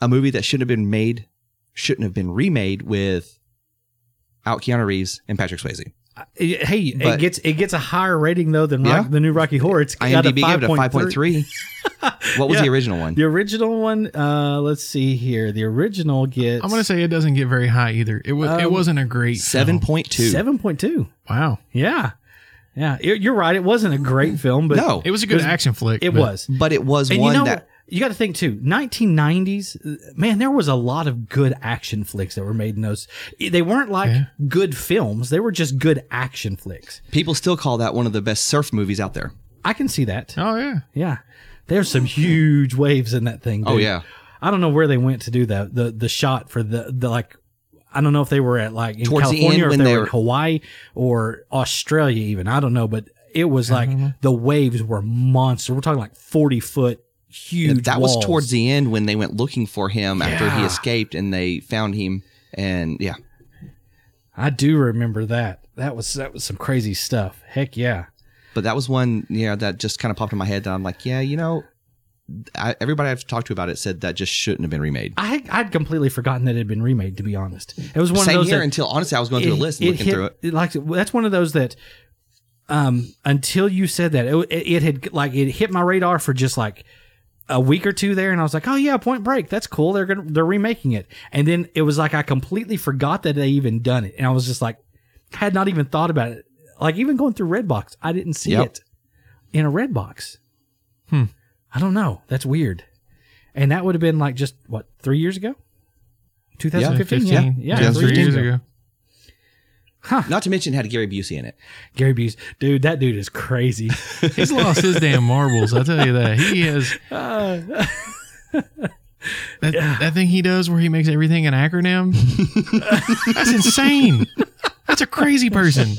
Speaker 3: a movie that shouldn't have been made, shouldn't have been remade with out Keanu Reeves and Patrick Swayze.
Speaker 2: It- hey, it
Speaker 3: But-
Speaker 2: gets it gets a higher rating though than Rock,
Speaker 3: Yeah.
Speaker 2: the new Rocky Horror. It's got a
Speaker 3: IMDb gave it a five
Speaker 2: 5.3.
Speaker 3: point three. what was
Speaker 2: Yeah.
Speaker 3: the original one?
Speaker 2: The original one, uh, let's see here. The original gets
Speaker 1: I'm gonna say it doesn't get very high either. It was it
Speaker 2: Um,
Speaker 1: wasn't a great
Speaker 3: Seven
Speaker 1: Film.
Speaker 3: point two.
Speaker 2: seven point two.
Speaker 1: Wow,
Speaker 2: Yeah, yeah. You're you're right. It wasn't a great film, but
Speaker 3: No,
Speaker 1: it was a good
Speaker 2: It was-
Speaker 1: action flick.
Speaker 2: it
Speaker 1: but-
Speaker 2: was.
Speaker 3: but it was
Speaker 2: And
Speaker 3: one
Speaker 2: you know,
Speaker 3: that
Speaker 2: you got to think too. 1990s, uh, man, there was a lot of good action flicks that were made in those. They weren't like
Speaker 1: Yeah.
Speaker 2: good films; they were just good action flicks.
Speaker 3: people still call that one of the best surf movies out there.
Speaker 2: I can see that.
Speaker 1: Oh yeah,
Speaker 2: Yeah, there's some huge waves in that thing.
Speaker 3: Oh
Speaker 2: dude.
Speaker 3: yeah,
Speaker 2: I don't know where they went to do that. The the shot for the the like I don't know if they were at like in
Speaker 3: Towards the end
Speaker 2: California or if
Speaker 3: when
Speaker 2: they,
Speaker 3: they
Speaker 2: were
Speaker 3: were-
Speaker 2: in Hawaii or Australia even. I don't know, but it was like
Speaker 3: Mm-hmm.
Speaker 2: the waves were monster. We're talking like forty foot huge.
Speaker 3: that was
Speaker 2: walls.
Speaker 3: towards the end when they went looking for him after he
Speaker 2: Yeah.
Speaker 3: escaped and they found him. And yeah,
Speaker 2: I do remember that. That was that was some crazy stuff. Heck yeah.
Speaker 3: but that was one yeah that just kind of popped in my head that I'm like, yeah, you know, I, everybody I've talked to about it said that just shouldn't have been remade.
Speaker 2: I had- I'd completely forgotten that it had been remade. To be honest, it was one of
Speaker 3: Same
Speaker 2: those
Speaker 3: here
Speaker 2: that-
Speaker 3: until honestly I was going through a list and looking
Speaker 2: hit-
Speaker 3: through it.
Speaker 2: Like that's one of those that, um, until you said that, it, it had like it hit my radar for just like a week or two there, and I was like, oh yeah, Point Break, that's cool. They're gonna they're remaking it, and then it was like I completely forgot that they even done it, and I was just like, had not even thought about it. Like even going through Redbox, I didn't see
Speaker 3: Yep.
Speaker 2: it. in a red box.
Speaker 1: Hmm.
Speaker 2: I don't know. That's weird. And that would have been like just what three years ago, 2015. Yeah, yeah,
Speaker 1: just
Speaker 2: three
Speaker 1: three years ago.
Speaker 2: Huh.
Speaker 3: Not to mention it had Gary Busey in it.
Speaker 2: Gary Buse, dude, that dude is crazy.
Speaker 1: He's lost his damn marbles. I tell you that. He has
Speaker 2: Uh,
Speaker 1: that, that thing he does where he makes everything an acronym. That's insane. That's a crazy person.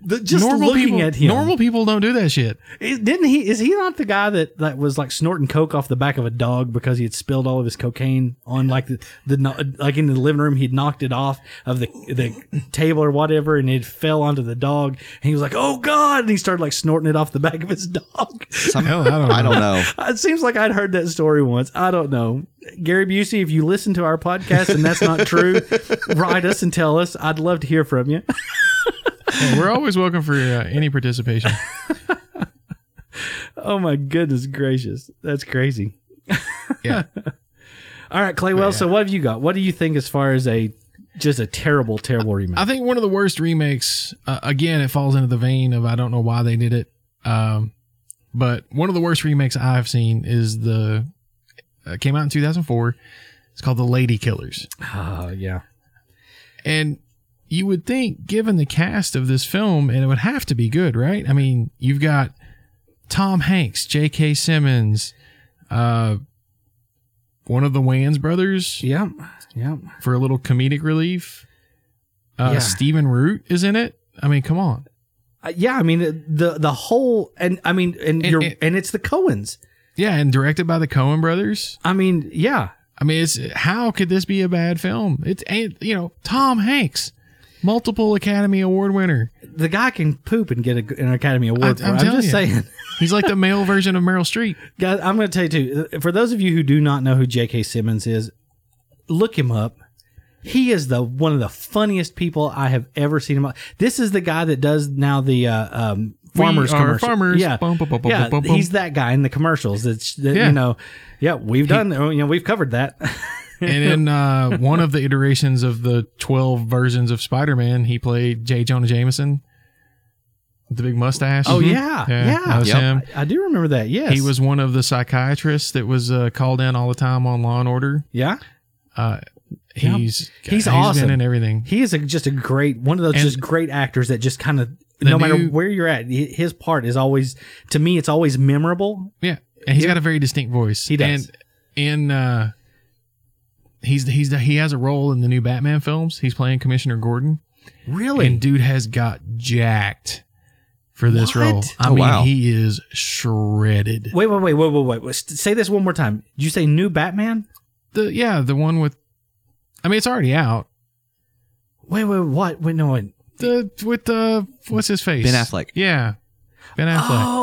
Speaker 2: the- just
Speaker 1: normal
Speaker 2: looking
Speaker 1: people,
Speaker 2: at him,
Speaker 1: normal people don't do that shit.
Speaker 2: Is- didn't he? Is he not the guy that, that was like snorting coke off the back of a dog because he had spilled all of his cocaine on like the, the no- like in the living room? He'd knocked it off of the the table or whatever, and it fell onto the dog. And he was like, "Oh God!" And he started like snorting it off the back of his dog.
Speaker 3: Some,
Speaker 1: Hell, I don't know.
Speaker 3: I don't know.
Speaker 2: It seems like I'd heard that story once. I don't know. Gary Busey, if you listen to our podcast and that's not true, write us and tell us. I'd love to hear from you.
Speaker 1: Well, we're always welcome for uh, any participation.
Speaker 2: Oh my goodness gracious. That's crazy.
Speaker 1: Yeah.
Speaker 2: All right, Clay. Well,
Speaker 1: yeah.
Speaker 2: so what have you got? What do you think as far as a just a terrible, terrible remake?
Speaker 1: I think one of the worst remakes. Uh, again, it falls into the vein of I don't know why they did it, um, but one of the worst remakes I've seen is the uh, came out in 2004. It's called The Lady Killers,
Speaker 2: Ah, yeah.
Speaker 1: and you would think, given the cast of this film, and it would have to be good, right? I mean, you've got Tom Hanks, J.K. Simmons, uh, one of the Wayans brothers
Speaker 2: Yep. Yep.
Speaker 1: for a little comedic relief. Uh,
Speaker 2: Yeah.
Speaker 1: Stephen Root is in it. I mean, come on.
Speaker 2: Uh, yeah. I mean, the the whole and I mean, and,
Speaker 1: And-
Speaker 2: you're
Speaker 1: and-
Speaker 2: and it's the Cohens.
Speaker 1: Yeah, and directed by the Coen brothers.
Speaker 2: I mean, yeah.
Speaker 1: I mean, it's how could this be a bad film? It's and you know Tom Hanks, multiple Academy Award winner.
Speaker 2: The guy can poop and get a, an Academy Award. for
Speaker 1: I'm
Speaker 2: it. I'm
Speaker 1: telling
Speaker 2: just
Speaker 1: you.
Speaker 2: saying.
Speaker 1: He's like the male version of Meryl Streep.
Speaker 2: Guys, I'm going to tell you too. uh, For those of you who do not know who J.K. Simmons is, look him up. He is the one of the funniest people I have ever seen. Him. This is the guy that does now the uh, um, farmers
Speaker 1: are
Speaker 2: commercial.
Speaker 1: farmers.
Speaker 2: Yeah,
Speaker 1: Bum, bum, bum, bum,
Speaker 2: yeah.
Speaker 1: bum, bum.
Speaker 2: He's that guy in the commercials. That's that,
Speaker 1: Yeah.
Speaker 2: you know, yeah. We've done. oh, You know, we've covered that.
Speaker 1: And in uh, one of the iterations of the twelve versions of Spider Man, he played J. Jonah Jameson, with the big mustache.
Speaker 2: oh yeah, yeah.
Speaker 1: Mm-hmm. that was
Speaker 3: Yep.
Speaker 1: him.
Speaker 2: I, I do remember that. Yes,
Speaker 1: He was one of the psychiatrists that was uh, called in all the time on Law and Order.
Speaker 2: Yeah,
Speaker 1: Uh,
Speaker 2: Yeah.
Speaker 1: he's
Speaker 2: He's
Speaker 1: been
Speaker 2: awesome.
Speaker 1: in everything.
Speaker 2: he is a, just a great one of those
Speaker 1: And-
Speaker 2: just great actors that just kind of
Speaker 1: The
Speaker 2: no matter
Speaker 1: new-
Speaker 2: where you're at, hi- his part is always to me. It's always memorable.
Speaker 1: Yeah, and he's
Speaker 2: Yeah.
Speaker 1: got a very distinct voice.
Speaker 2: He does.
Speaker 1: And in uh, he's he's he has a role in the new Batman films. He's playing Commissioner Gordon,
Speaker 2: Really?
Speaker 1: and dude has got jacked for this
Speaker 2: What?
Speaker 1: role. I
Speaker 3: Oh,
Speaker 1: mean,
Speaker 3: wow.
Speaker 1: he is shredded.
Speaker 2: wait, wait, wait, wait, wait, wait, wait. S- Say this one more time. Did you say new Batman?
Speaker 1: The yeah, the one with, I mean, it's already out.
Speaker 2: Wait, wait, what? Wait, no, wait.
Speaker 1: The with the what's his face?
Speaker 3: Ben Affleck.
Speaker 1: Yeah, Ben Affleck.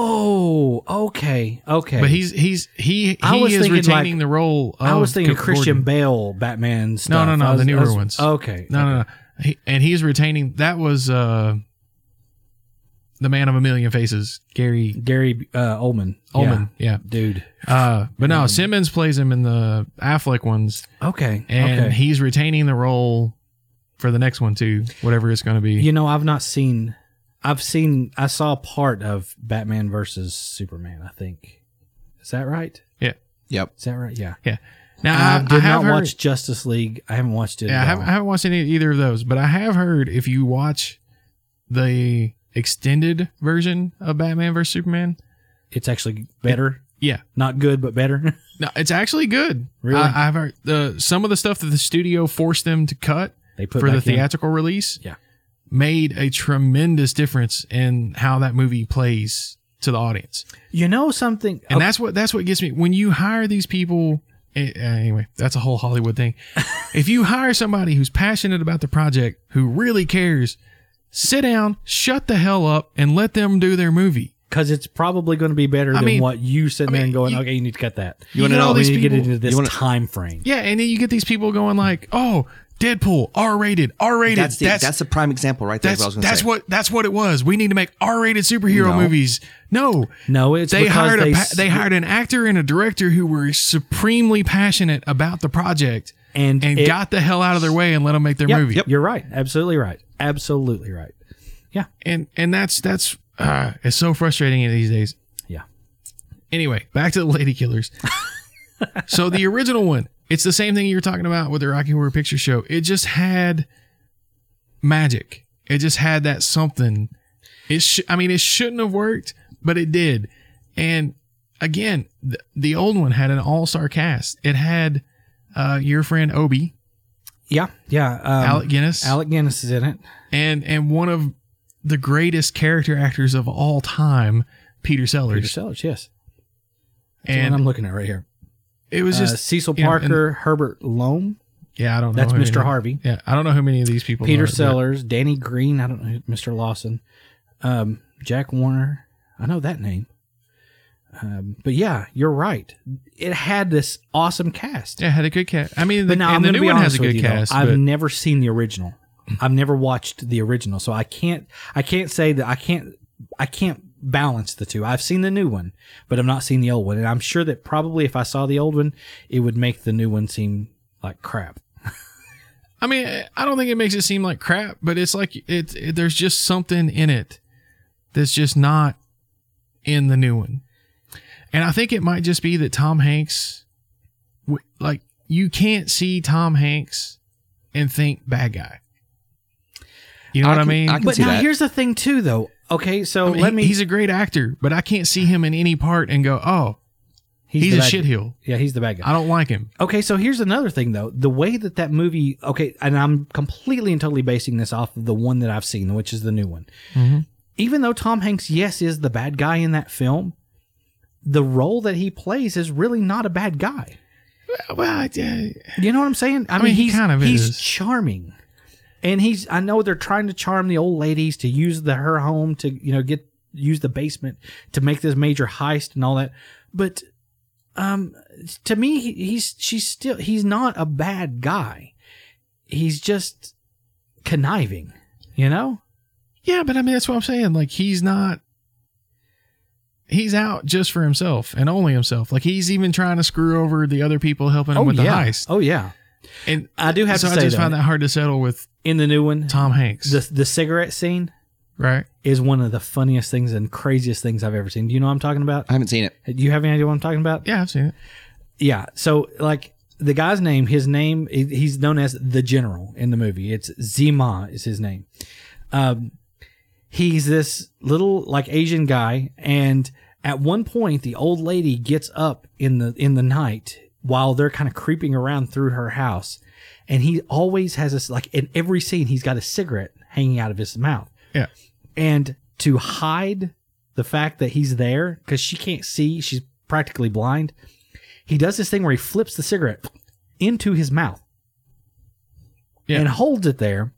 Speaker 2: Oh, okay, okay.
Speaker 1: But he's he's he he
Speaker 2: I was
Speaker 1: is
Speaker 2: thinking,
Speaker 1: retaining
Speaker 2: like-
Speaker 1: the role. Of
Speaker 2: I was thinking
Speaker 1: Oh, Gordon.
Speaker 2: Christian Bale Batman stuff.
Speaker 1: no,
Speaker 2: I
Speaker 1: no,
Speaker 2: was-
Speaker 1: the newer
Speaker 2: I was-
Speaker 1: ones.
Speaker 2: Okay,
Speaker 1: No, no, no. He, and he's retaining. That was uh, the man of a million faces, Gary
Speaker 2: Gary uh, Oldman.
Speaker 1: Ullman. Yeah.
Speaker 2: Yeah, dude.
Speaker 1: Uh, but no, Simmons plays him in the Affleck ones,
Speaker 2: Okay,
Speaker 1: and
Speaker 2: okay.
Speaker 1: he's retaining the role for the next one too, whatever it's going to be.
Speaker 2: you know, I've not seen. I've seen. I saw part of Batman versus Superman. I think. Is that right?
Speaker 3: Yep.
Speaker 2: Is that right? Yeah.
Speaker 1: Now,
Speaker 2: I,
Speaker 1: Uh, I,
Speaker 2: did
Speaker 1: I have
Speaker 2: not
Speaker 1: heard,
Speaker 2: watch Justice League. I haven't watched it.
Speaker 1: Yeah, I
Speaker 2: at
Speaker 1: haven't,
Speaker 2: all.
Speaker 1: I haven't watched any either of those, but I have heard if you watch the extended version of Batman vs Superman,
Speaker 2: it's actually better.
Speaker 1: yeah,
Speaker 2: Not good, but better.
Speaker 1: no, it's actually good.
Speaker 2: Really?
Speaker 1: I, I've heard the some of the stuff that the studio forced them to cut
Speaker 2: they put
Speaker 1: for the
Speaker 2: back in.
Speaker 1: theatrical release
Speaker 2: Yeah.
Speaker 1: made a tremendous difference in how that movie plays to the audience
Speaker 2: You know something? Oh,
Speaker 1: and that's what that's what gets me when you hire these people eh, uh, anyway that's a whole hollywood thing if you hire somebody who's passionate about the project who really cares sit down shut the hell up and let them do their movie
Speaker 2: because it's probably going to be better than
Speaker 1: mean-
Speaker 2: what you sitting
Speaker 1: I
Speaker 2: there and
Speaker 1: mean,
Speaker 2: going,
Speaker 1: you-
Speaker 2: okay, you need to cut that.
Speaker 1: You wanna
Speaker 2: get
Speaker 1: know
Speaker 2: all
Speaker 1: all
Speaker 2: we
Speaker 1: these
Speaker 2: need to get
Speaker 1: people-
Speaker 2: into this
Speaker 3: you wanna-
Speaker 2: time frame.
Speaker 1: yeah and then you get these people going like oh deadpool r-rated r-rated
Speaker 3: That's the that's, a prime example right there.
Speaker 1: that's
Speaker 3: what I was gonna
Speaker 1: that's
Speaker 3: say.
Speaker 1: what that's what it was. We need to make R-rated superhero
Speaker 3: No.
Speaker 1: movies. No,
Speaker 2: No, it's
Speaker 1: they
Speaker 2: because
Speaker 1: hired
Speaker 2: they
Speaker 1: a pa-
Speaker 2: s-
Speaker 1: they hired an actor and a director who were supremely passionate about the project
Speaker 2: And,
Speaker 1: and
Speaker 2: it-
Speaker 1: got the hell out of their way and let them make their
Speaker 2: yep,
Speaker 1: movie.
Speaker 2: yep, You're right. Absolutely right. Absolutely right.
Speaker 1: And and that's that's uh, it's so frustrating these days. Anyway, back to the lady killers. so the original one, it's the same thing you were talking about with the Rocky Horror Picture Show. It just had magic. It just had that something. It sh- I mean, it shouldn't have worked, but it did. And again, the, the old one had an all-star cast. It had uh, your friend Obi,
Speaker 2: Yeah, yeah. Um,
Speaker 1: Alec Guinness,
Speaker 2: Alec Guinness is in it.
Speaker 1: and and one of the greatest character actors of all time, Peter Sellers.
Speaker 2: Peter Sellers, yes. That's and
Speaker 1: and
Speaker 2: I'm looking at right here.
Speaker 1: it was just
Speaker 2: uh, Cecil
Speaker 1: you know,
Speaker 2: Parker, Herbert Loam.
Speaker 1: Oh, yeah, I don't know.
Speaker 2: That's
Speaker 1: who
Speaker 2: Mr.
Speaker 1: any-
Speaker 2: Harvey.
Speaker 1: Yeah, I don't know who many of these people.
Speaker 2: Peter
Speaker 1: are, but-
Speaker 2: Sellers, Danny Green. I don't know. who- Mr. Lawson, um, Jack Warner. I know that name. Um, but yeah, you're right. It had this awesome cast.
Speaker 1: Yeah, had a good cast. I mean, the,
Speaker 2: But now I'm
Speaker 1: and the
Speaker 2: going to
Speaker 1: new
Speaker 2: be
Speaker 1: one
Speaker 2: honest
Speaker 1: has a
Speaker 2: with
Speaker 1: good
Speaker 2: you, though.
Speaker 1: cast.
Speaker 2: I've
Speaker 1: but-
Speaker 2: never seen the original. I've never watched the original, so I can't. I can't say that I can't. I can't balance the two. I've seen the new one, but I've not seen the old one, and I'm sure that probably if I saw the old one, it would make the new one seem like crap.
Speaker 1: I mean, I don't think it makes it seem like crap, but it's like it, it. There's just something in it that's just not in the new one, and I think it might just be that Tom Hanks, w- like you can't see Tom Hanks and think bad guy. You know
Speaker 3: I
Speaker 1: what
Speaker 3: can-
Speaker 1: I mean?
Speaker 3: I can
Speaker 2: But
Speaker 3: see
Speaker 2: now
Speaker 3: that.
Speaker 2: here's the thing, too, though. Okay, so
Speaker 1: I mean,
Speaker 2: let
Speaker 1: he-
Speaker 2: me.
Speaker 1: he's a great actor, but I can't see him in any part and go, "Oh, he's,
Speaker 2: the
Speaker 1: a
Speaker 2: bad-
Speaker 1: shitheel.
Speaker 2: Yeah, he's the bad guy.
Speaker 1: I don't like him."
Speaker 2: Okay, so here's another thing though. The way that that movie, okay, and I'm completely and totally basing this off of the one that I've seen, which is the new one.
Speaker 1: Mhm.
Speaker 2: Even though Tom Hanks, yes, is the bad guy in that film, the role that he plays is really not a bad guy.
Speaker 1: Well, yeah,
Speaker 2: You know what I'm saying? I,
Speaker 1: mean, he
Speaker 2: he's
Speaker 1: kind of
Speaker 2: he's
Speaker 1: is.
Speaker 2: charming, and he's. I know they're trying to charm the old ladies to use the her home to you know get use the basement to make this major heist and all that, but um, to me, he, he's she's still he's not a bad guy. He's just conniving, you know.
Speaker 1: Yeah, but I mean that's what I'm saying. Like he's not he's out just for himself and only himself. Like he's even trying to screw over the other people helping him with
Speaker 2: yeah.
Speaker 1: the heist.
Speaker 2: Oh yeah.
Speaker 1: And
Speaker 2: I do have
Speaker 1: so
Speaker 2: to
Speaker 1: I
Speaker 2: say
Speaker 1: just
Speaker 2: though,
Speaker 1: find that hard to settle with
Speaker 2: in the new one,
Speaker 1: Tom Hanks.
Speaker 2: the the cigarette scene
Speaker 1: right?
Speaker 2: is one of the funniest things and craziest things I've ever seen. Do you know what I'm talking about?
Speaker 3: I haven't seen it.
Speaker 2: Do you have any idea what I'm talking about?
Speaker 1: Yeah, I've seen it.
Speaker 2: Yeah. So like the guy's name, his name, he- he's known as the General in the movie. It's Zima is his name. Um, he's this little like Asian guy, and at one point, the old lady gets up in the in the night while they're kind of creeping around through her house, and he always has this like in every scene, he's got a cigarette hanging out of his mouth.
Speaker 1: Yeah.
Speaker 2: And to hide the fact that he's there, because she can't see, she's practically blind he does this thing where he flips the cigarette into his mouth
Speaker 1: Yeah.
Speaker 2: and holds it there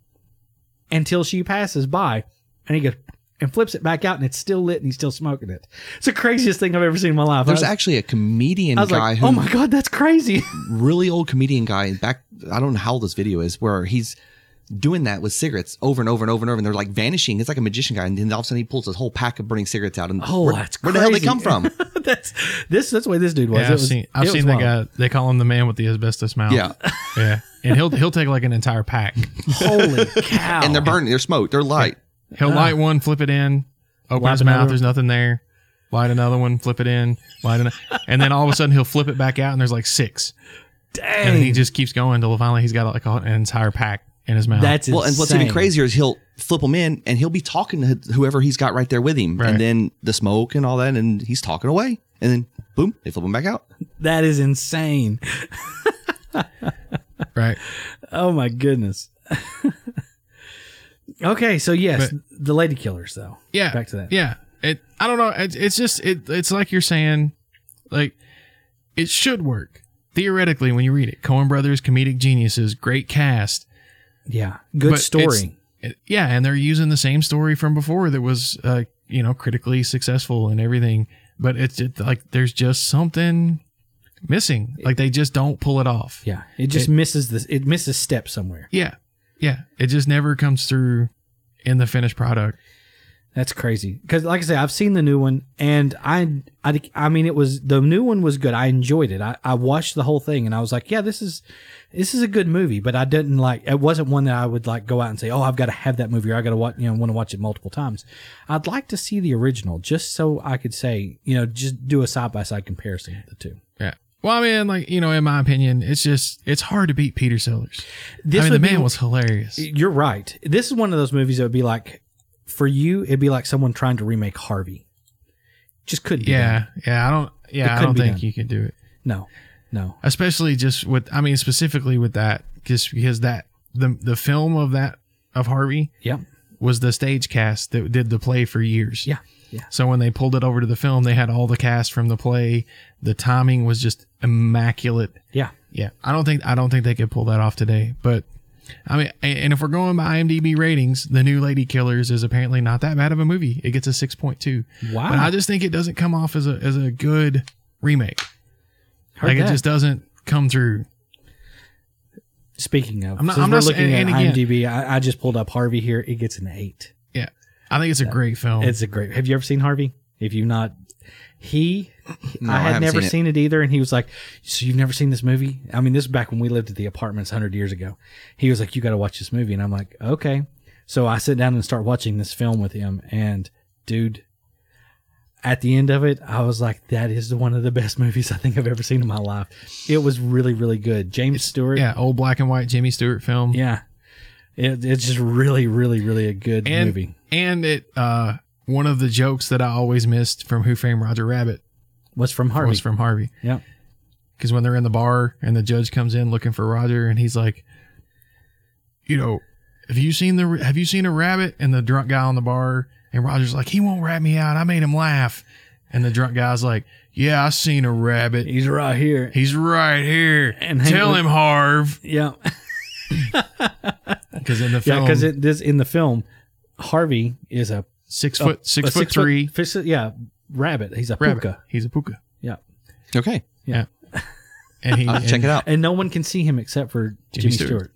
Speaker 2: until she passes by and he goes and flips it back out and it's still lit and he's still smoking it. It's the craziest thing I've ever seen in my life.
Speaker 3: There's
Speaker 2: I was,
Speaker 3: actually a comedian
Speaker 2: I was
Speaker 3: guy
Speaker 2: like,
Speaker 3: who
Speaker 2: oh my God, that's crazy.
Speaker 3: really old comedian guy and back I don't know how old this video is where he's doing that with cigarettes over and over and over and over and they're like vanishing. It's like a magician guy and then all of a sudden he pulls this whole pack of burning cigarettes out and
Speaker 2: Oh,
Speaker 3: where,
Speaker 2: that's
Speaker 3: where the hell they
Speaker 2: crazy.
Speaker 3: come from?
Speaker 2: that's this that's the way this dude was.
Speaker 1: Yeah, I've
Speaker 2: It was-
Speaker 1: seen
Speaker 2: it
Speaker 1: I've
Speaker 2: was
Speaker 1: seen the
Speaker 2: wild.
Speaker 1: guy they call him the man with the asbestos mouth.
Speaker 3: yeah.
Speaker 1: Yeah. And he'll he'll take like an entire pack.
Speaker 2: Holy cow.
Speaker 3: And they're burning, they're smoked, they're light.
Speaker 1: He'll light one, flip it in, open
Speaker 2: Light
Speaker 1: his
Speaker 2: another one.
Speaker 1: mouth, there's nothing there. Light another one, flip it in, light another and then all of a sudden he'll flip it back out and there's like six.
Speaker 2: Dang.
Speaker 1: And he just keeps going until finally he's got like an entire pack in his mouth.
Speaker 2: that's
Speaker 3: Well, and what's even
Speaker 2: insane.
Speaker 3: crazier is he'll flip them in and he'll be talking to whoever he's got right there with him.
Speaker 1: Right.
Speaker 3: And then the smoke and all that, and he's talking away. And then boom, they flip him back out.
Speaker 2: That is insane.
Speaker 1: right.
Speaker 2: Oh my goodness. okay, so yes, the lady killers though.
Speaker 1: Yeah.
Speaker 2: Back to that.
Speaker 1: Yeah. It. I don't know. It, it's just it. It's like you're saying, like, it should work theoretically when you read it. Coen Brothers, comedic geniuses, great cast.
Speaker 2: Yeah. Good
Speaker 1: But it's-
Speaker 2: story.
Speaker 1: It- yeah, and they're using the same story from before that was, uh, you know, critically successful and everything. But it's it, like there's just something missing. Like they just don't pull it off.
Speaker 2: Yeah. It just
Speaker 1: It-
Speaker 2: misses this it misses step somewhere.
Speaker 1: Yeah. Yeah. It just never comes through in the finished product.
Speaker 2: That's crazy. Because, like I say, I've seen the new one, and I, I, I mean, it was the new one was good. I enjoyed it. I, I watched the whole thing, and I was like, yeah, this is, this is a good movie. But I didn't like. It wasn't one that I would like go out and say, oh, I've got to have that movie, or I got to watch, you know, want to watch it multiple times. I'd like to see the original just so I could say, you know, just do a side by side comparison of the two.
Speaker 1: Yeah. Well, I mean, like you know, in my opinion, it's just it's hard to beat Peter Sellers.
Speaker 2: This
Speaker 1: I mean,
Speaker 2: would
Speaker 1: the
Speaker 2: be-
Speaker 1: man was hilarious.
Speaker 2: You're right. This is one of those movies that would be like, for you, it'd be like someone trying to remake Harvey. Just couldn't. be done.
Speaker 1: Yeah, yeah. I don't.
Speaker 2: It
Speaker 1: Yeah, I
Speaker 2: couldn't
Speaker 1: don't
Speaker 2: be
Speaker 1: think
Speaker 2: done.
Speaker 1: you could do it.
Speaker 2: No. No.
Speaker 1: especially just with i mean specifically with that just because that the the film of that of harvey
Speaker 2: Yeah.
Speaker 1: was the stage cast that did the play for years
Speaker 2: Yeah. Yeah.
Speaker 1: so when they pulled it over to the film they had all the cast from the play the timing was just immaculate
Speaker 2: Yeah.
Speaker 1: yeah i don't think i don't think they could pull that off today but i mean a- and if we're going by imdb ratings the new lady killers is apparently not that bad of a movie it gets a 6.2
Speaker 2: Wow.
Speaker 1: but i just think it doesn't come off as a as a good remake
Speaker 2: Heard
Speaker 1: like
Speaker 2: that.
Speaker 1: it just doesn't come through
Speaker 2: Speaking of,
Speaker 1: I'm not-
Speaker 2: since
Speaker 1: I'm
Speaker 2: we're
Speaker 1: not-
Speaker 2: looking
Speaker 1: and-
Speaker 2: at
Speaker 1: and
Speaker 2: IMDb. I, I just pulled up Harvey here. It gets an eight.
Speaker 1: Yeah. I think it's a great film.
Speaker 2: It's a great. Have you ever seen Harvey? If you've not, he,
Speaker 3: No,
Speaker 2: I
Speaker 3: I
Speaker 2: had
Speaker 3: haven't
Speaker 2: never
Speaker 3: seen it.
Speaker 2: seen it. either, and he was like, "So you've never seen this movie?" I mean, this is back when we lived at the apartments hundred years ago. He was like, "You got to watch this movie," and I'm like, "Okay." So I sit down and start watching this film with him, and dude, at the end of it, I was like, "That is one of the best movies I think I've ever seen in my life." It was really, really good. James Stewart,
Speaker 1: yeah, old black and white Jimmy Stewart film.
Speaker 2: yeah. It, it's just really, really, really a good
Speaker 1: and
Speaker 2: movie.
Speaker 1: and it uh one of the jokes that I always missed from Who Framed Roger Rabbit
Speaker 2: What's from Harvey?
Speaker 1: was from Harvey.
Speaker 2: yeah.
Speaker 1: Because when they're in the bar and the judge comes in looking for Roger and he's like, you know, have you seen the have you seen a rabbit? And the drunk guy on the bar and Roger's like, he won't rat me out. I made him laugh. And the drunk guy's like, yeah, I seen a rabbit.
Speaker 2: He's right here.
Speaker 1: He's right here.
Speaker 2: And
Speaker 1: And
Speaker 2: Hank
Speaker 1: tell
Speaker 2: was-
Speaker 1: him, Harv,
Speaker 2: Yeah,
Speaker 1: because in the
Speaker 2: yeah,
Speaker 1: film,
Speaker 2: because it this in the film, Harvey is a
Speaker 1: six
Speaker 2: a-
Speaker 1: foot six
Speaker 2: a
Speaker 1: foot three
Speaker 2: fis- yeah, rabbit. He's a
Speaker 1: rabbit.
Speaker 2: puka,
Speaker 1: He's a puka.
Speaker 3: Okay,
Speaker 1: and he
Speaker 3: I'll
Speaker 1: and-
Speaker 3: check it out.
Speaker 2: and no one can see him except for Jimmy,
Speaker 1: Jimmy
Speaker 2: Stewart.
Speaker 1: Stewart.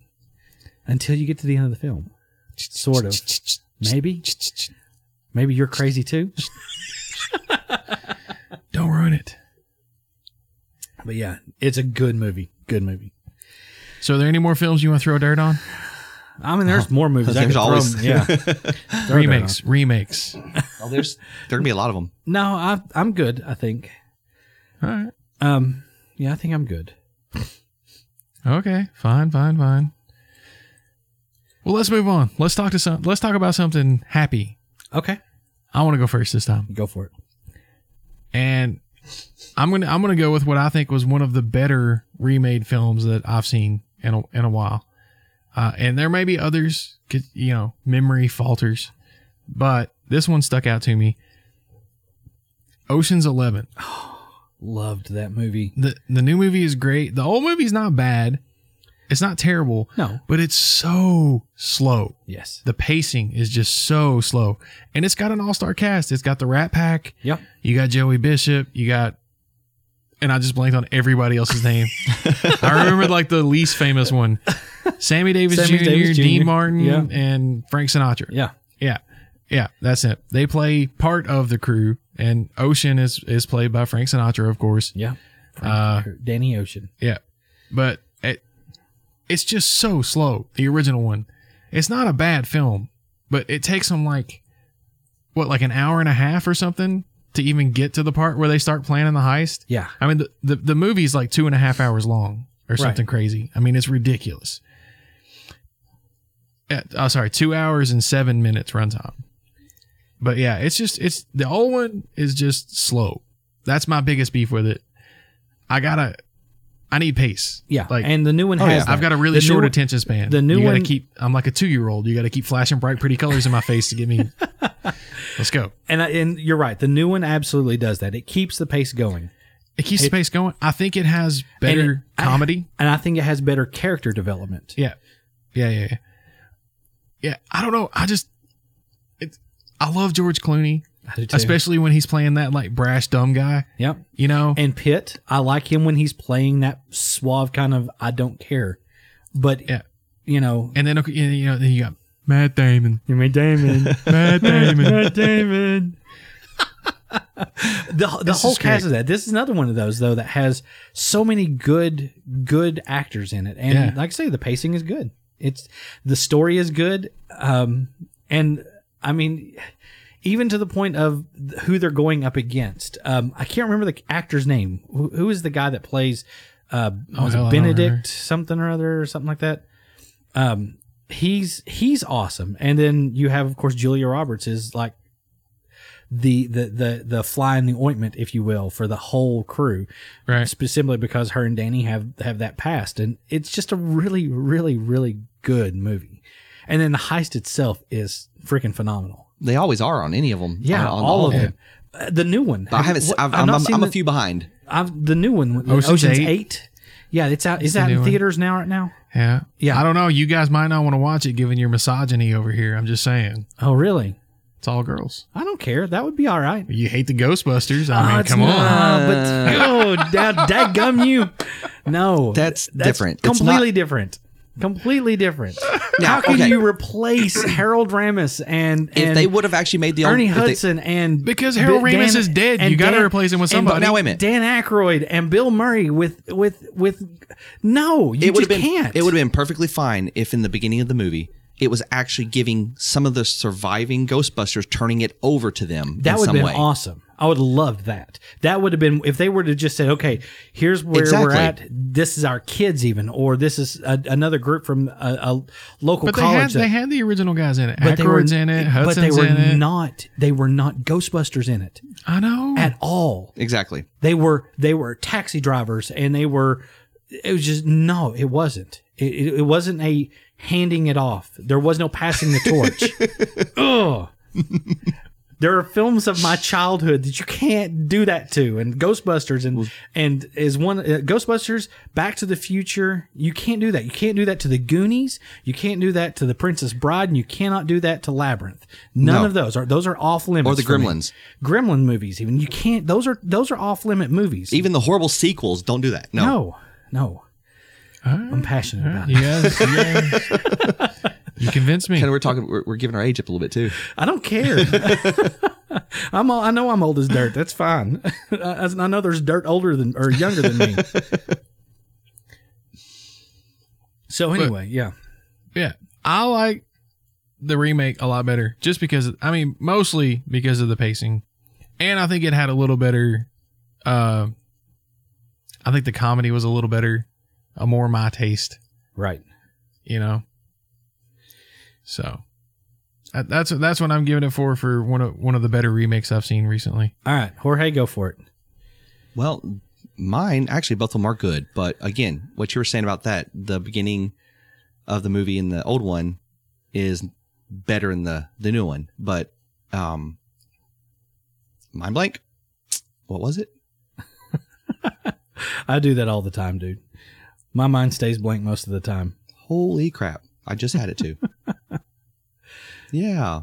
Speaker 2: until you get to the end of the film. Sort of, maybe, maybe you're crazy too.
Speaker 1: Don't ruin it.
Speaker 2: But yeah, it's a good movie. Good movie.
Speaker 1: So, are there any more films you want to throw dirt on?
Speaker 2: I mean,
Speaker 1: Uh-huh.
Speaker 2: there's more movies. I
Speaker 3: There's
Speaker 2: could throw
Speaker 3: always-
Speaker 2: them- yeah Throw them
Speaker 1: Remakes, remakes.
Speaker 3: Well, there's there gonna be a lot of them.
Speaker 2: on. No, I, I'm good. I think.
Speaker 1: All right.
Speaker 2: Um, yeah, I think I'm good.
Speaker 1: Okay. Fine. Fine. Fine. Well, let's move on. Let's talk to some. Let's talk about something happy.
Speaker 2: Okay,
Speaker 1: I want to go first this time,
Speaker 2: go for it.
Speaker 1: and I'm gonna I'm gonna go with what I think was one of the better remade films that I've seen in a, in a while. Uh, and there may be others, 'cause, you know, memory falters, but this one stuck out to me. Ocean's Eleven.
Speaker 2: Loved that movie.
Speaker 1: the the new movie is great. The old movie's not bad. It's not terrible,
Speaker 2: No.
Speaker 1: but it's so slow.
Speaker 2: Yes.
Speaker 1: The pacing is just so slow. And it's got an all-star cast. It's got the Rat Pack.
Speaker 2: Yep.
Speaker 1: You got Joey Bishop. You got and I just blanked on everybody else's name. I remember like the least famous one. Sammy Davis,
Speaker 2: Sammy
Speaker 1: Jr.,
Speaker 2: Davis Jr.,
Speaker 1: Dean Martin,
Speaker 2: yeah.
Speaker 1: and Frank Sinatra.
Speaker 2: Yeah.
Speaker 1: Yeah. Yeah, that's it. They play part of the crew and Ocean is is played by Frank Sinatra, of course.
Speaker 2: Yeah.
Speaker 1: Uh,
Speaker 2: Danny Ocean.
Speaker 1: Yeah, but it it's just so slow. The original one, it's not a bad film, but it takes them like what, like an hour and a half or something to even get to the part where they start planning the heist.
Speaker 2: Yeah.
Speaker 1: I mean, the the, the movie's like two and a half hours long or something crazy. I mean, it's ridiculous. Uh, oh, sorry, two hours and seven minutes runtime. But yeah, it's just it's the old one is just slow. That's my biggest beef with it. I gotta, I need pace.
Speaker 2: Yeah.
Speaker 1: like
Speaker 2: and the new one
Speaker 3: Oh,
Speaker 2: has.
Speaker 3: yeah.
Speaker 2: that.
Speaker 1: I've got a really
Speaker 2: The new
Speaker 1: short
Speaker 2: one-
Speaker 1: attention span.
Speaker 2: the new
Speaker 1: you gotta
Speaker 2: one-
Speaker 1: keep. I'm like a two year old. You got to keep flashing bright, pretty colors in my face to get me. Let's go.
Speaker 2: And I, and you're right. The new one absolutely does that. It keeps the pace going,
Speaker 1: It keeps the pace going. I think it has better
Speaker 2: I-
Speaker 1: comedy.
Speaker 2: and I think it has better character development.
Speaker 1: Yeah. Yeah, yeah, yeah. Yeah, I don't know. I just it, I love George Clooney,
Speaker 2: I do too.
Speaker 1: especially when he's playing that like brash dumb guy,
Speaker 2: Yep.
Speaker 1: you know?
Speaker 2: And Pitt, I like him when he's playing that suave kind of I don't care, but
Speaker 1: Yeah.
Speaker 2: you know,
Speaker 1: And then okay, you know, then you got Matt Damon.
Speaker 2: You mean Damon?
Speaker 1: Matt Damon.
Speaker 2: Damon. the the
Speaker 1: This
Speaker 2: whole
Speaker 1: is great.
Speaker 2: cast of that. This is another one of those though that has so many good good actors in it, and
Speaker 1: Yeah.
Speaker 2: like I say, the pacing is good. It's the story is good, um, and I mean, even to the point of who they're going up against. Um, I can't remember the actor's name. Who, who is the guy that plays? Uh,
Speaker 1: Oh,
Speaker 2: was
Speaker 1: hell, I
Speaker 2: it
Speaker 1: don't remember.
Speaker 2: Benedict something or other or something like that? Um, he's he's awesome, and then you have of course Julia Roberts is like the the the the fly in the ointment, if you will, for the whole crew,
Speaker 1: right.
Speaker 2: sp- simply because her and Danny have have that past, and it's just a really, really, really good movie. And then the heist itself is freaking phenomenal.
Speaker 3: They always are on any of them.
Speaker 2: Yeah,
Speaker 3: on, on
Speaker 2: all, of
Speaker 1: of
Speaker 2: them. Uh, The new one.
Speaker 3: But I haven't.
Speaker 2: what-
Speaker 3: i am I'm,
Speaker 2: seen
Speaker 3: I'm a
Speaker 2: the-
Speaker 3: few behind.
Speaker 2: I've, the new one, Ocean's,
Speaker 1: Ocean's
Speaker 2: Eight.
Speaker 1: Eight.
Speaker 2: Yeah, it's out. Is
Speaker 1: the
Speaker 2: that
Speaker 1: new
Speaker 2: in
Speaker 1: one.
Speaker 2: theaters now? Right now?
Speaker 1: Yeah.
Speaker 2: Yeah.
Speaker 1: I don't know. You guys might not want to watch it given your misogyny over here. I'm just saying.
Speaker 2: Oh, really?
Speaker 1: It's all girls.
Speaker 2: I don't care. That would be all right.
Speaker 1: You hate the Ghostbusters. I
Speaker 2: Oh,
Speaker 1: mean,
Speaker 2: it's
Speaker 1: come
Speaker 2: not-
Speaker 1: on.
Speaker 2: but
Speaker 3: Uh.
Speaker 2: oh, da- dadgum you. No,
Speaker 3: That's different. It's
Speaker 2: Completely different. Completely different. How can
Speaker 3: okay.
Speaker 2: you replace Harold Ramis and,
Speaker 3: If
Speaker 2: and
Speaker 3: they would have actually made the
Speaker 2: Ernie
Speaker 3: if Oh, they-
Speaker 2: Hudson and
Speaker 1: Because Harold
Speaker 2: B-
Speaker 1: Ramis is dead,
Speaker 2: and
Speaker 1: you gotta replace him with
Speaker 2: and
Speaker 1: somebody.
Speaker 3: Now, wait a minute.
Speaker 2: Dan Aykroyd and Bill Murray with with with no, you
Speaker 3: it would
Speaker 2: just
Speaker 3: have been.
Speaker 2: can't.
Speaker 3: It would have been perfectly fine if in the beginning of the movie. It was actually giving some of the surviving Ghostbusters, turning it over to them
Speaker 2: that
Speaker 3: in
Speaker 2: would have
Speaker 3: some
Speaker 2: been
Speaker 3: way.
Speaker 2: awesome. I would love that. That would have been if they were to just said, "Okay, here's where we're
Speaker 3: Exactly.
Speaker 2: at. This is our kids, even, or this is a, another group from a, a local
Speaker 1: But they had,
Speaker 2: college." that-
Speaker 1: they had the original guys in it.
Speaker 2: but they were
Speaker 1: Ackroyd's in it.
Speaker 2: But they
Speaker 1: Hudson's
Speaker 2: were
Speaker 1: in it.
Speaker 2: not. They were not Ghostbusters in it
Speaker 1: I know.
Speaker 2: at all.
Speaker 3: Exactly.
Speaker 2: They were they were taxi drivers, and they were. It was just no. It wasn't. It, it, it wasn't a handing it off. There was no passing the torch. Ugh. There are films of my childhood that you can't do that to, and Ghostbusters and and is one uh, Ghostbusters, Back to the Future. You can't do that. You can't do that to the Goonies. You can't do that to the Princess Bride, and you cannot do that to Labyrinth. None
Speaker 3: No.
Speaker 2: of those are those are off limits.
Speaker 3: the
Speaker 2: for me.
Speaker 3: Gremlins.
Speaker 2: Gremlin movies. Even you can't. Those are those are off limit movies.
Speaker 3: Even the horrible sequels don't do that. No.
Speaker 2: no, no.
Speaker 1: All right.
Speaker 2: I'm passionate about
Speaker 1: You
Speaker 2: it.
Speaker 1: guys, you guys. You convinced me.
Speaker 3: Kind of we're talking. We're, we're giving our age up a little bit too.
Speaker 2: I don't care. I'm all, I know I'm old as dirt. That's fine. I, I know there's dirt older than or younger than me. So anyway, yeah.
Speaker 1: Yeah. I like the remake a lot better just because, I mean, mostly because of the pacing. And I think it had a little better, uh, I think the comedy was a little better, a more my taste,
Speaker 2: Right.
Speaker 1: you know? So that, that's, that's what I'm giving it for, for one of, one of the better remakes I've seen recently.
Speaker 2: All right, Jorge, go for it.
Speaker 3: Well, mine actually both of them are good, but again, what you were saying about that, the beginning of the movie in the old one is better in the the new one, but um mind blank. What was it?
Speaker 2: I do that all the time, dude. My mind stays blank most of the time.
Speaker 3: Holy crap! I just had it too. yeah.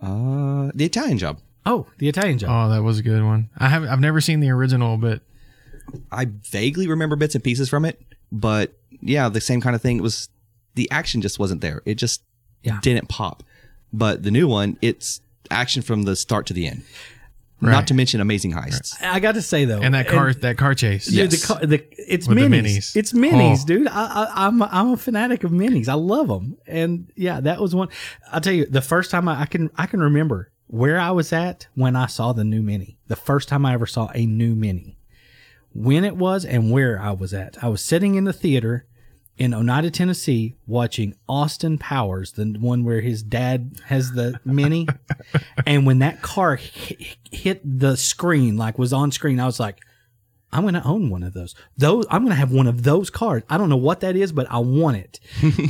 Speaker 3: Uh, the Italian Job.
Speaker 2: Oh, the Italian job.
Speaker 1: Oh, that was a good one. I have, I've never seen the original, but
Speaker 3: I vaguely remember bits and pieces from it, but yeah, the same kind of thing. It was the action just wasn't there. It just
Speaker 2: Yeah.
Speaker 3: didn't pop. But the new one, it's action from the start to the end.
Speaker 1: Right.
Speaker 3: Not to mention amazing heists.
Speaker 2: I got to say though,
Speaker 1: Oh. and that car, that car chase.
Speaker 3: Yeah.
Speaker 2: Dude, the
Speaker 3: Yes.
Speaker 2: car, the it's
Speaker 1: With the
Speaker 2: minis.
Speaker 1: minis.
Speaker 2: It's minis,
Speaker 1: Oh.
Speaker 2: dude. I, I, I'm I'm a fanatic of minis. I love them, and yeah, that was one. I'll tell you, the first time I, I can I can remember where I was at when I saw the new mini. The first time I ever saw a new mini, when it was and where I was at. I was sitting in the theater in Oneida, Tennessee, watching Austin Powers, the one where his dad has the mini, and when that car hit, hit the screen, like was on screen, I was like. I'm going to own one of those. Those I'm going to have one of those cars. I don't know what that is, but I want it.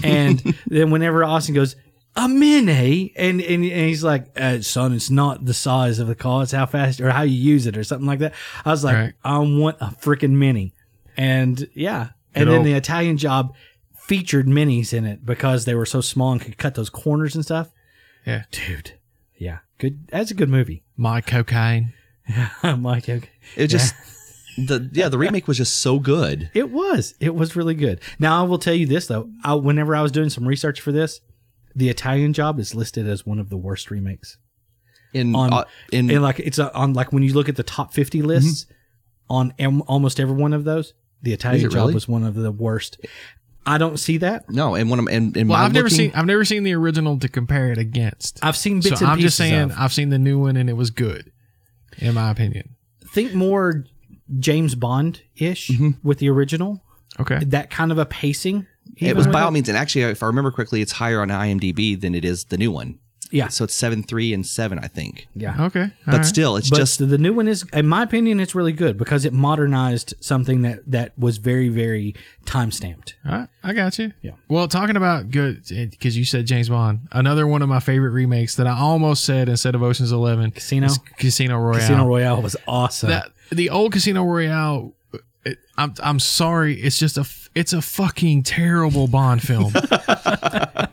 Speaker 2: and then whenever Austin goes, a mini, and and, and he's like, uh, son, it's not the size of the car, it's how fast or how you use it or something like that. I was like,
Speaker 1: Right.
Speaker 2: I want a freaking mini, and yeah, and
Speaker 1: Good
Speaker 2: then
Speaker 1: old-
Speaker 2: the Italian job featured minis in it because they were so small and could cut those corners and stuff.
Speaker 1: Yeah.
Speaker 2: dude, yeah, good. That's a good movie.
Speaker 1: My cocaine.
Speaker 2: Yeah, I'm like, okay.
Speaker 3: It just the yeah, the remake was just so good.
Speaker 2: It was. It was really good. Now I will tell you this though. I, whenever I was doing some research for this, The Italian Job is listed as one of the worst remakes.
Speaker 3: in
Speaker 2: On-
Speaker 3: uh, in
Speaker 1: Mm.
Speaker 2: And like it's uh, on like when you look at the top 50 lists
Speaker 1: Mm-hmm.
Speaker 2: on em- almost every one of those, The Italian
Speaker 3: it
Speaker 2: Job
Speaker 3: really?
Speaker 2: was one of the worst. I don't see that.
Speaker 3: no, and when I'm and, and
Speaker 1: Well,
Speaker 3: when
Speaker 1: I've
Speaker 3: I'm
Speaker 1: never
Speaker 3: looking-
Speaker 1: seen I've never seen the original to compare it against.
Speaker 2: I've seen
Speaker 1: So
Speaker 2: bits and
Speaker 1: I'm just
Speaker 2: pieces
Speaker 1: saying
Speaker 2: of.
Speaker 1: I've seen the new one and it was good, in my opinion.
Speaker 2: Think more James Bond ish with the original.
Speaker 1: Okay.
Speaker 2: That kind of a pacing.
Speaker 3: Mm-hmm. It
Speaker 2: even
Speaker 3: was
Speaker 2: with
Speaker 3: by all means, and actually, if I remember correctly, it's higher on IMDb than it is the new one.
Speaker 2: Yeah.
Speaker 3: So it's seven three and seven, I think.
Speaker 2: Yeah.
Speaker 1: Okay. all
Speaker 3: But
Speaker 1: right.
Speaker 3: still, it's
Speaker 2: but
Speaker 3: just
Speaker 2: the new one is, in my opinion, it's really good because it modernized something that that was very, very time stamped.
Speaker 1: I, I got you.
Speaker 2: Yeah.
Speaker 1: Well, talking about good because you said James Bond. Another one of my favorite remakes that I almost said instead of Ocean's Eleven,
Speaker 2: Casino,
Speaker 1: is Casino Royale.
Speaker 2: Casino Royale was awesome.
Speaker 1: That the old Casino Royale. It, I'm I'm sorry. It's just a f- it's a fucking terrible Bond film.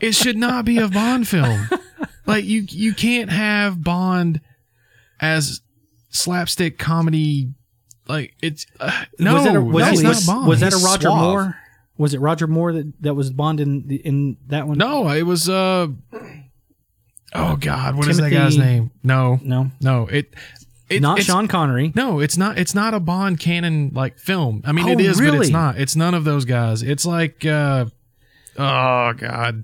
Speaker 1: it should not be a Bond film. Like you you can't have Bond as slapstick comedy. Like it's uh, no,
Speaker 2: was that a, was
Speaker 1: no,
Speaker 2: that-
Speaker 1: it's not
Speaker 2: was-
Speaker 1: Bond.
Speaker 2: was that a
Speaker 3: He's
Speaker 2: Roger
Speaker 3: suave.
Speaker 2: Moore? Was it Roger Moore that, that was Bond in the, in that one?
Speaker 1: No, it was uh Oh god, what is that
Speaker 2: Timothy-
Speaker 1: guy's name? No.
Speaker 2: no,
Speaker 1: No, it, it
Speaker 2: not
Speaker 1: it's-
Speaker 2: Sean Connery.
Speaker 1: No, it's not it's not a Bond canon like film. I mean
Speaker 2: Oh,
Speaker 1: it is, but it's
Speaker 2: really?
Speaker 1: not. It's none of those guys. It's like uh Oh god.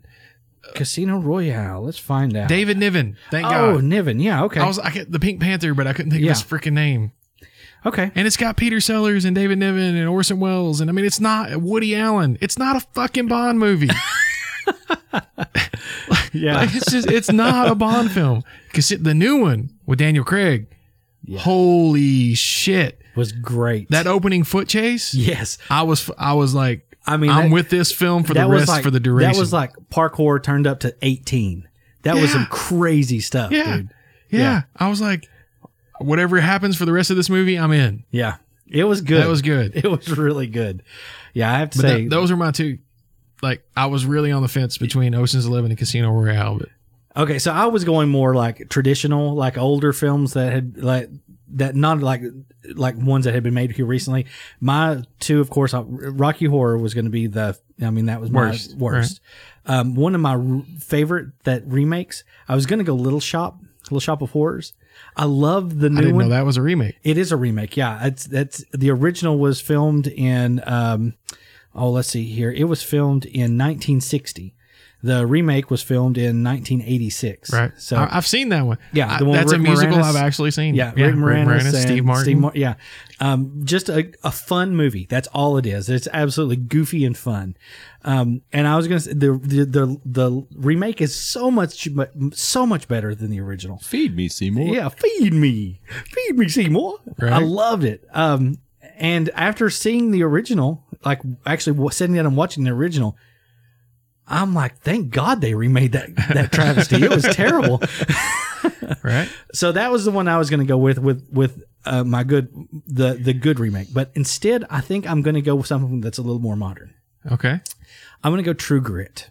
Speaker 2: Casino Royale. Let's find out.
Speaker 1: David Niven. Thank
Speaker 2: oh,
Speaker 1: god.
Speaker 2: Niven. Yeah. Okay.
Speaker 1: I was I get the Pink Panther, but I couldn't think
Speaker 2: Yeah.
Speaker 1: of his freaking name.
Speaker 2: okay.
Speaker 1: And it's got Peter Sellers and David Niven and Orson Welles and I mean it's not Woody Allen. It's not a fucking Bond movie.
Speaker 2: Yeah.
Speaker 1: Like, it's just it's not a Bond film. Cause the new one with Daniel Craig,
Speaker 2: Yeah.
Speaker 1: holy shit!
Speaker 2: was great.
Speaker 1: That opening foot chase,
Speaker 2: yes.
Speaker 1: I was I was like,
Speaker 2: I mean,
Speaker 1: I'm
Speaker 2: that-
Speaker 1: with this film for the
Speaker 2: that was
Speaker 1: rest
Speaker 2: like-
Speaker 1: for the duration.
Speaker 2: That was like parkour turned up to 18. That was
Speaker 1: Yeah.
Speaker 2: some crazy stuff,
Speaker 1: yeah,
Speaker 2: dude.
Speaker 1: yeah,
Speaker 2: Yeah.
Speaker 1: I was like, whatever happens for the rest of this movie, I'm in.
Speaker 2: Yeah. It was good.
Speaker 1: That was good.
Speaker 2: it was really good. Yeah, I have to
Speaker 1: But
Speaker 2: say
Speaker 1: that, those are my two. Like I was really on the fence between Ocean's Eleven and Casino Royale. But
Speaker 2: Okay, so I was going more like traditional, like older films that had like that not like like ones that had been made here recently. My two, of course, I, Rocky Horror was going to be the. I mean, that was my
Speaker 1: Worst,
Speaker 2: worst. Um, one of my r- favorite that remakes. I was going to go Little Shop, Little Shop of Horrors. I love the
Speaker 1: I
Speaker 2: new
Speaker 1: didn't
Speaker 2: one.
Speaker 1: know that was a remake.
Speaker 2: It is a remake. Yeah, it's that's the original was filmed in. Um, oh, let's see here. It was filmed in 1960. The remake was filmed in 1986.
Speaker 1: Right, Uh,
Speaker 2: So.
Speaker 1: I, have seen that one.
Speaker 2: Yeah,
Speaker 1: I-
Speaker 2: the one
Speaker 1: that's
Speaker 2: Rick
Speaker 1: a musical
Speaker 2: Moranis-
Speaker 1: I've actually seen.
Speaker 2: yeah, Rick Moranis, and
Speaker 1: Steve Martin.
Speaker 2: Mar- yeah, um, just a, a fun movie. That's all it is. It's absolutely goofy and fun. Um, and I was gonna say the, the the the remake is so much so much better than the original.
Speaker 3: feed me, Seymour.
Speaker 2: Yeah, feed me, feed me, Seymour.
Speaker 1: Right.
Speaker 2: I loved it. Um, and after seeing the original, like actually wa- sitting down and watching the original, I'm like, thank God they remade that that travesty. it was terrible.
Speaker 1: Right.
Speaker 2: So that was the one I was going to go with with with uh, my good the the good remake. But instead, I think I'm going to go with something that's a little more modern.
Speaker 1: Okay.
Speaker 2: I'm going to go True Grit.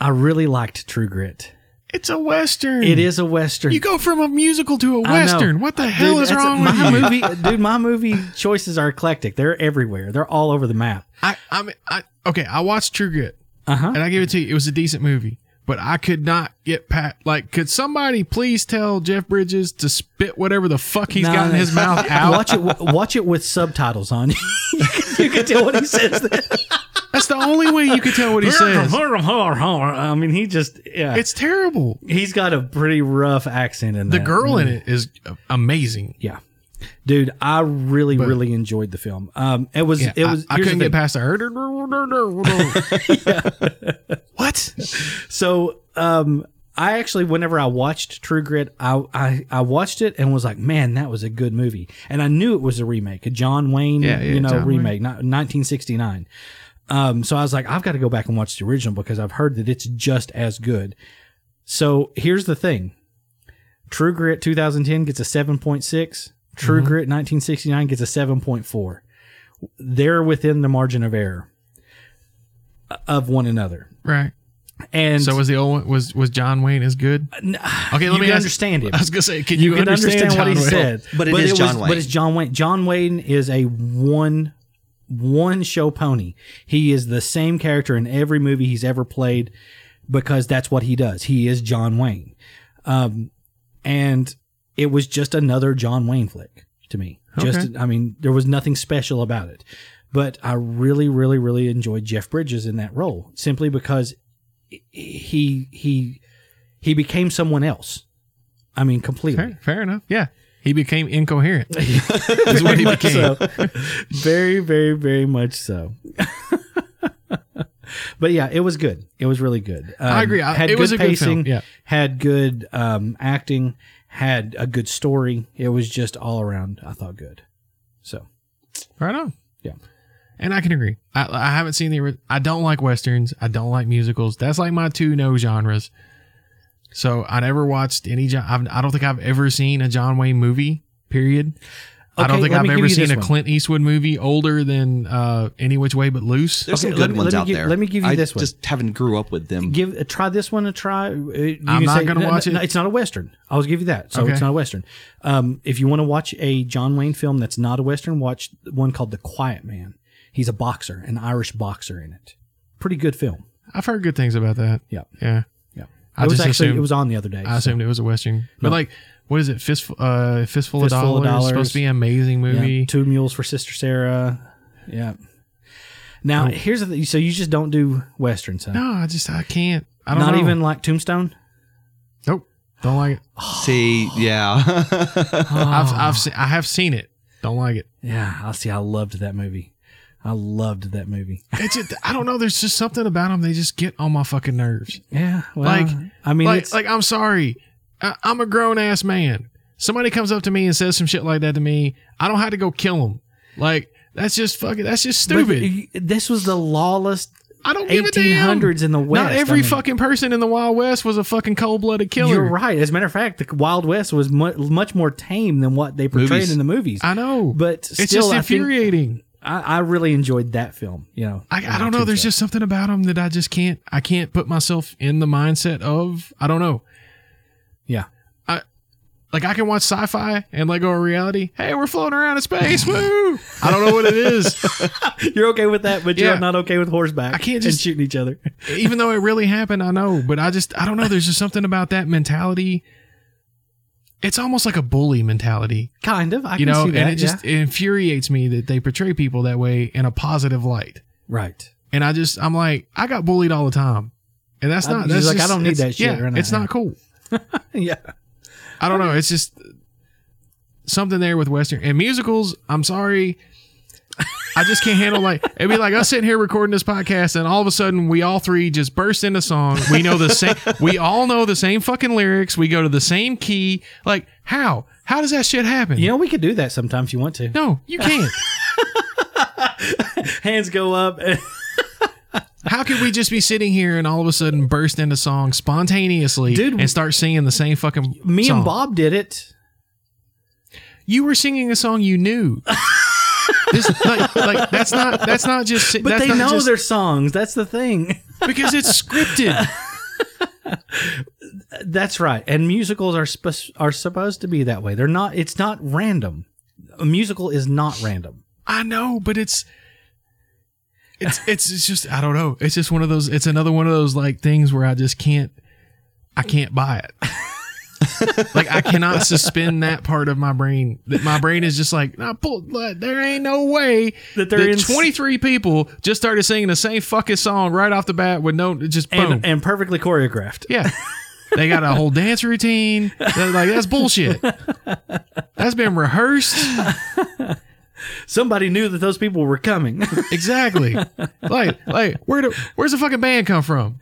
Speaker 2: I really liked True Grit.
Speaker 1: It's a western.
Speaker 2: It is a western.
Speaker 1: You go from a musical to a
Speaker 2: I know.
Speaker 1: western. What the
Speaker 2: Dude,
Speaker 1: hell is
Speaker 2: that's-
Speaker 1: wrong with
Speaker 2: my
Speaker 1: you?
Speaker 2: movie, dude? My movie choices are eclectic. They're everywhere. They're all over the map.
Speaker 1: I, I, mean, I okay. I watched True Grit,
Speaker 2: Uh huh.
Speaker 1: and I give it to you. It was a decent movie, but I could not get pat. Like, could somebody please tell Jeff Bridges to spit whatever the fuck he's got in his mouth out?
Speaker 2: Watch it. Watch it with subtitles on. you can- you can tell what he says. There.
Speaker 1: That's the only way you could tell what he says.
Speaker 2: I mean, he just yeah.
Speaker 1: It's terrible.
Speaker 2: he's got a pretty rough accent in
Speaker 1: The
Speaker 2: that.
Speaker 1: girl in it is amazing.
Speaker 2: Yeah, dude, I really really enjoyed the film. Um, it was
Speaker 1: Yeah,
Speaker 2: it was.
Speaker 1: I, I
Speaker 2: here's the
Speaker 1: couldn't
Speaker 2: thing.
Speaker 1: get past the herder. what?
Speaker 2: So, um, I actually, whenever I watched True Grit, I, I I watched it and was like, man, that was a good movie, and I knew it was a remake, a John Wayne,
Speaker 3: Yeah, yeah,
Speaker 2: you know,
Speaker 3: John
Speaker 2: remake, not 1969. Um, so I was like, I've got to go back and watch the original because I've heard that it's just as good. So here's the thing: True Grit 2010 gets a 7.6. True
Speaker 3: Mm-hmm.
Speaker 2: Grit 1969 gets a 7.4. They're within the margin of error uh, of one another.
Speaker 1: Right.
Speaker 2: And
Speaker 1: So was the old one? Was was John Wayne as good? Okay, let
Speaker 2: Uh, you
Speaker 1: me
Speaker 2: can
Speaker 1: ask-
Speaker 2: understand him.
Speaker 1: I was gonna say, can
Speaker 2: You
Speaker 1: you,
Speaker 2: can understand, what
Speaker 1: John
Speaker 2: he
Speaker 1: Wayne?
Speaker 2: said,
Speaker 3: But it is John Wayne.
Speaker 2: But it's John Wayne. John Wayne is a one one show pony. He is the same character in every movie he's ever played. because that's what he does. He is John Wayne. Um, and it was just another John Wayne flick to me. Just, I mean, there was nothing special about it. But I really, really, really enjoyed Jeff Bridges in that role simply because he he he became someone else. I mean, completely.
Speaker 1: Fair, fair enough. Yeah. He became incoherent.
Speaker 2: Um,
Speaker 1: is what he
Speaker 2: Very much
Speaker 1: became.
Speaker 2: so. very, very, very much so. but yeah, it was good. It was really good.
Speaker 1: I
Speaker 2: Um,
Speaker 1: agree. I,
Speaker 2: had
Speaker 1: it
Speaker 2: good
Speaker 1: was a good
Speaker 2: pacing.
Speaker 1: film. Yeah.
Speaker 2: Had good um, acting. Had a good story. It was just all around. I thought good. So
Speaker 1: Right on.
Speaker 2: Yeah.
Speaker 1: And I can agree. I, I haven't seen the. ori- I don't like westerns. I don't like musicals. That's like my two no genres. So I never watched any. John, I've, I don't think I've ever seen a John Wayne movie. Period. I
Speaker 2: Okay,
Speaker 1: don't think
Speaker 2: let
Speaker 1: I've
Speaker 2: me give
Speaker 1: ever
Speaker 2: you
Speaker 1: seen
Speaker 2: this
Speaker 1: a
Speaker 2: one.
Speaker 1: Clint Eastwood movie older than uh, Any Which Way But Loose.
Speaker 3: There's
Speaker 2: Okay,
Speaker 3: some
Speaker 2: let
Speaker 3: good
Speaker 2: me-
Speaker 3: ones
Speaker 2: let me
Speaker 3: out
Speaker 2: give-
Speaker 3: there.
Speaker 2: let me give you
Speaker 3: I
Speaker 2: this one.
Speaker 3: just haven't grew up with them.
Speaker 2: give uh, try this one and try. uh, you
Speaker 1: I'm
Speaker 2: can
Speaker 1: not gonna
Speaker 2: no, no,
Speaker 1: watch it.
Speaker 2: no, it's not a western. I'll give you that. So
Speaker 1: Okay.
Speaker 2: it's not a western. Um, if you want to watch a John Wayne film that's not a western, watch one called The Quiet Man. He's a boxer, an Irish boxer in it. Pretty good film.
Speaker 1: I've heard good things about that.
Speaker 2: Yeah.
Speaker 1: Yeah.
Speaker 2: Yeah.
Speaker 1: I
Speaker 2: it was
Speaker 1: just
Speaker 2: actually
Speaker 1: assumed-
Speaker 2: it was on the other day.
Speaker 1: I assumed it was a western, but
Speaker 2: No.
Speaker 1: like, what is it? Fistful, uh, fistful, of
Speaker 2: Fistful
Speaker 1: dollars.
Speaker 2: of Dollars.
Speaker 1: Supposed to be an amazing
Speaker 2: Yeah,
Speaker 1: movie.
Speaker 2: Two mules for Sister Sarah. Yeah. Now here's the thing. so you just don't do westerns, huh?
Speaker 1: No, I just I can't. I don't
Speaker 2: not
Speaker 1: know.
Speaker 2: even like Tombstone.
Speaker 1: Nope. Don't like it.
Speaker 3: See, yeah.
Speaker 2: Oh.
Speaker 1: I've I've se- I have seen it. Don't like it.
Speaker 2: Yeah, I see. I loved that movie. I loved that movie.
Speaker 1: It's just, I don't know. There's just something about them. They just get on my fucking nerves.
Speaker 2: Yeah, well,
Speaker 1: Like-
Speaker 2: I mean,
Speaker 1: Like
Speaker 2: it's,
Speaker 1: like I'm sorry. I, I'm a grown ass man. Somebody comes up to me and says some shit like that to me. I don't have to go kill him. Like that's just fucking. That's just
Speaker 2: but
Speaker 1: stupid.
Speaker 2: y- This was the lawless
Speaker 1: I don't give a damn.
Speaker 2: 1800s in the West.
Speaker 1: Not every
Speaker 2: I mean,
Speaker 1: fucking person in the Wild West was a fucking cold blooded killer.
Speaker 2: You're right. As a matter of fact, the Wild West was mu- much more tame than what they portrayed
Speaker 3: Movies.
Speaker 2: in the movies.
Speaker 1: I know, but
Speaker 2: but
Speaker 1: it's
Speaker 2: still,
Speaker 1: just
Speaker 2: I, think,
Speaker 1: infuriating.
Speaker 2: I, I really enjoyed that film. You know,
Speaker 1: I, I don't know. There's just something about them that I just can't. I can't put myself in the mindset of. I don't know.
Speaker 2: Yeah.
Speaker 1: I like I can watch sci-fi and let go of reality. Hey, we're floating around in space. Woo! I don't know what it is.
Speaker 2: you're okay with that, but
Speaker 1: Yeah.
Speaker 2: you're not okay with horseback.
Speaker 1: I can't
Speaker 2: and
Speaker 1: just-
Speaker 2: shooting each other.
Speaker 1: Even though it really happened, I know. But I just I don't know. There's just something about that mentality. It's almost like a bully mentality.
Speaker 2: Kind of. I
Speaker 1: you
Speaker 2: can
Speaker 1: know,
Speaker 2: see that.
Speaker 1: and it just
Speaker 2: yeah.
Speaker 1: it infuriates me that they portray people that way in a positive light.
Speaker 2: right.
Speaker 1: And I just, I'm like, I got bullied all the time, and that's
Speaker 2: I'm
Speaker 1: not.
Speaker 2: just
Speaker 1: That's
Speaker 2: like, I don't need
Speaker 1: it's-
Speaker 2: that shit
Speaker 1: Yeah,
Speaker 2: right now,
Speaker 1: it's
Speaker 2: yeah.
Speaker 1: not cool.
Speaker 2: yeah.
Speaker 1: I don't know. It's just something there with Western and musicals. I'm sorry. I just can't handle like it'd be like us sitting here recording this podcast and all of a sudden we all three just burst into song. We know the same we all know the same fucking lyrics. We go to the same key. Like how? How does that shit happen?
Speaker 2: You know, we could do that sometimes if you want to.
Speaker 1: No, you can't.
Speaker 2: Hands go up.
Speaker 1: How could we just be sitting here and all of a sudden burst into song spontaneously
Speaker 2: Dude,
Speaker 1: and start singing the same fucking
Speaker 2: Me
Speaker 1: song?
Speaker 2: and Bob did it.
Speaker 1: You were singing a song you knew. This- like, like, that's not that's not just
Speaker 2: But
Speaker 1: that's
Speaker 2: they
Speaker 1: not
Speaker 2: know
Speaker 1: just-
Speaker 2: their songs. That's the thing.
Speaker 1: because it's scripted.
Speaker 2: That's right. And musicals are sp- are supposed to be that way. They're not. It's not random. A musical is not random.
Speaker 1: I know, but it's it's it's, it's just I don't know. It's just one of those it's another one of those like things where I just can't I can't buy it. like I cannot suspend that part of my brain. That my brain is just like, nah, pull, like, there ain't no way
Speaker 2: That they're in s-
Speaker 1: 23 people just started singing the same fucking song right off the bat with no just boom.
Speaker 2: And, and perfectly choreographed.
Speaker 1: yeah. They got a whole dance routine. They're like that's bullshit. That's been rehearsed.
Speaker 2: Somebody knew that those people were coming.
Speaker 1: Exactly. like, like, where do, where's the fucking band come from?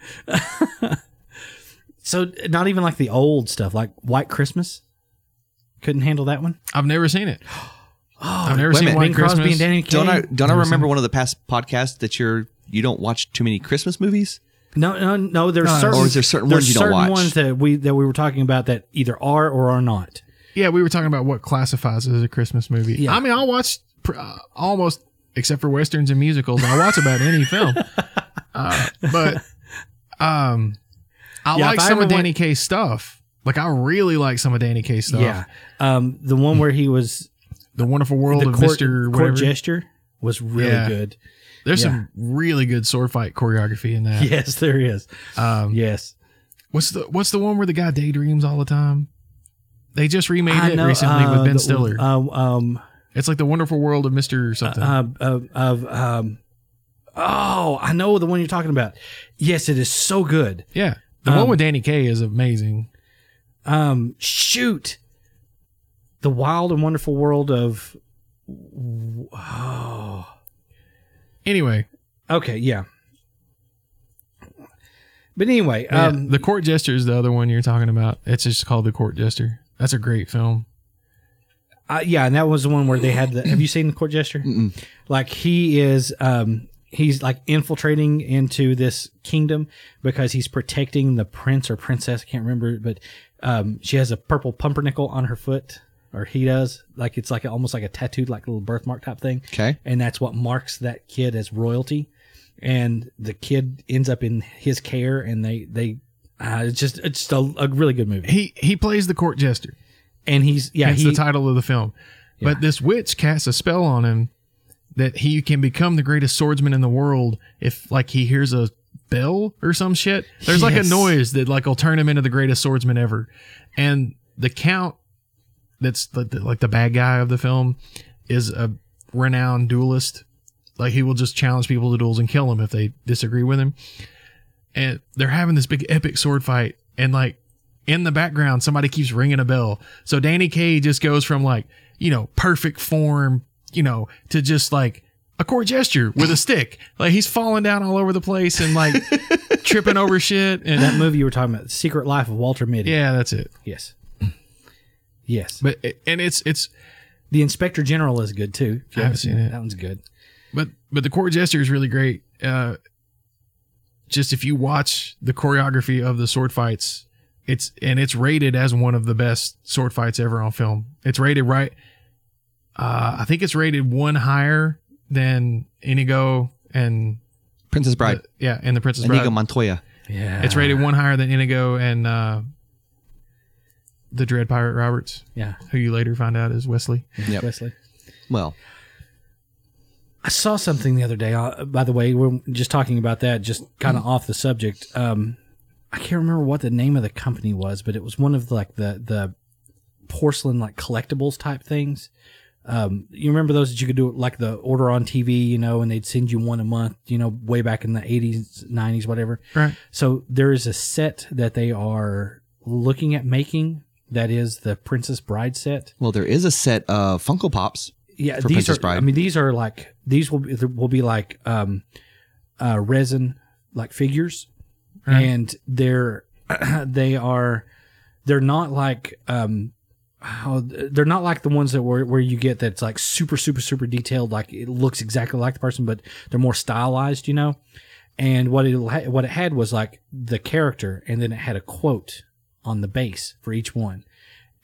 Speaker 2: so not even like the old stuff, like White Christmas. Couldn't handle that one.
Speaker 1: I've never seen it. I've never
Speaker 3: wait a
Speaker 1: seen
Speaker 3: minute.
Speaker 1: White
Speaker 2: Oh, Bing Crosby
Speaker 1: Christmas.
Speaker 2: and Danny
Speaker 3: don't I
Speaker 2: Kaye.
Speaker 3: don't I remember one of the past podcasts that you're you don't watch too many Christmas movies?
Speaker 2: No, no, no. There's
Speaker 1: No.
Speaker 2: certain.
Speaker 1: Or
Speaker 3: is there certain
Speaker 2: there's
Speaker 3: ones you don't
Speaker 2: certain
Speaker 3: watch?
Speaker 2: ones that we that we were talking about that either are or are not.
Speaker 1: yeah, we were talking about what classifies as a Christmas movie.
Speaker 2: Yeah.
Speaker 1: I mean, I'll watch pr- uh, almost, except for westerns and musicals, I'll watch about any film. Uh, but um, I
Speaker 2: Yeah,
Speaker 1: like
Speaker 2: if I
Speaker 1: some of
Speaker 2: ever
Speaker 1: Danny Kaye's stuff. Like, I really like some of Danny Kaye's stuff.
Speaker 2: Yeah. Um, the one where he was
Speaker 1: The Wonderful World
Speaker 2: the
Speaker 1: of
Speaker 2: court,
Speaker 1: Mr.
Speaker 2: court
Speaker 1: Whatever.
Speaker 2: gesture. was really
Speaker 1: Yeah.
Speaker 2: good.
Speaker 1: There's
Speaker 2: Yeah.
Speaker 1: some really good sword fight choreography in that.
Speaker 2: Yes, there is.
Speaker 1: Um,
Speaker 2: Yes.
Speaker 1: What's the What's the one where the guy daydreams all the time? They just remade
Speaker 2: I
Speaker 1: it
Speaker 2: know,
Speaker 1: recently
Speaker 2: uh,
Speaker 1: with Ben
Speaker 2: the-
Speaker 1: Stiller.
Speaker 2: uh, um,
Speaker 1: it's like the Wonderful World of Mister something.
Speaker 2: uh, uh, of um, oh, I know the one you're talking about. Yes, it is so good.
Speaker 1: yeah, the
Speaker 2: um,
Speaker 1: one with Danny Kaye is amazing.
Speaker 2: Um, shoot, the wild and wonderful world of oh,
Speaker 1: Anyway,
Speaker 2: okay, yeah. But anyway,
Speaker 1: um,
Speaker 2: um,
Speaker 1: the Court Jester is the other one you're talking about. It's just called the Court Jester. That's a great film.
Speaker 2: I, Uh, yeah, and that was the one where they had the. Have you seen the court jester?
Speaker 3: Mm-mm.
Speaker 2: like he is um he's like infiltrating into this kingdom because he's protecting the prince or princess i can't remember but um she has a purple pumpernickel on her foot or he does like it's like almost like a tattooed like little birthmark type thing
Speaker 3: Okay.
Speaker 2: and that's what marks that kid as royalty and the kid ends up in his care and they they uh, it's just it's just a, a really good movie
Speaker 1: He he plays the Court Jester.
Speaker 2: and he's yeah
Speaker 1: That's
Speaker 2: he,
Speaker 1: the title of the film. But this witch casts a spell on him that he can become the greatest swordsman in the world if like he hears a bell or some shit. There's like a
Speaker 2: Yes.
Speaker 1: noise that like will turn him into the greatest swordsman ever. And the count that's the, the- like the bad guy of the film is a renowned duelist. Like he will just challenge people to duels and kill them if they disagree with him. And they're having this big epic sword fight and like in the background somebody keeps ringing a bell. So Danny Kaye just goes from like, you know, perfect form, you know, to just like a court gesture with a stick. Like he's falling down all over the place and like tripping over shit
Speaker 2: that
Speaker 1: and
Speaker 2: movie you were talking about secret life of walter mitty
Speaker 1: yeah, that's it.
Speaker 2: yes yes
Speaker 1: But and it's it's
Speaker 2: The Inspector General is good too. If you
Speaker 1: I haven't seen it.
Speaker 2: That one's good.
Speaker 1: But but the court jester is really great. Uh, just if you watch the choreography of the sword fights, it's and it's rated as one of the best sword fights ever on film. It's rated right. Uh, I think it's rated one higher than Inigo and
Speaker 3: Princess
Speaker 2: Uh,
Speaker 3: Bride.
Speaker 1: the- yeah, and the Princess
Speaker 3: Inigo
Speaker 1: Bride.
Speaker 3: Montoya.
Speaker 2: Yeah,
Speaker 1: It's rated one higher than Inigo and uh, the Dread Pirate Roberts,
Speaker 2: Yeah,
Speaker 1: who you later find out is Wesley.
Speaker 3: Yep.
Speaker 2: Wesley.
Speaker 3: Well,
Speaker 2: I saw something the other day. Uh, by the way, we're just talking about that, just kind of off the subject. Um, I can't remember what the name of the company was, but it was one of like the the porcelain like collectibles type things. Um, you remember those that you could do like the order on TV, you know, and they'd send you one a month, you know, way back in the eighties, nineties, whatever.
Speaker 1: Right.
Speaker 2: So there is a set that they are looking at making. That is the Princess Bride set.
Speaker 3: well, there is a set of Funko Pops.
Speaker 2: yeah,
Speaker 3: for
Speaker 2: these
Speaker 3: Princess
Speaker 2: are.
Speaker 3: Bride.
Speaker 2: I mean, these are like these will be, will be like um, uh, resin like figures,
Speaker 1: Right.
Speaker 2: and they're they are they're not like um, how they're not like the ones that were where you get that's like super super super detailed, like it looks exactly like the person, but they're more stylized, you know. And what it ha- what it had was like the character, and then it had a quote on the base for each one,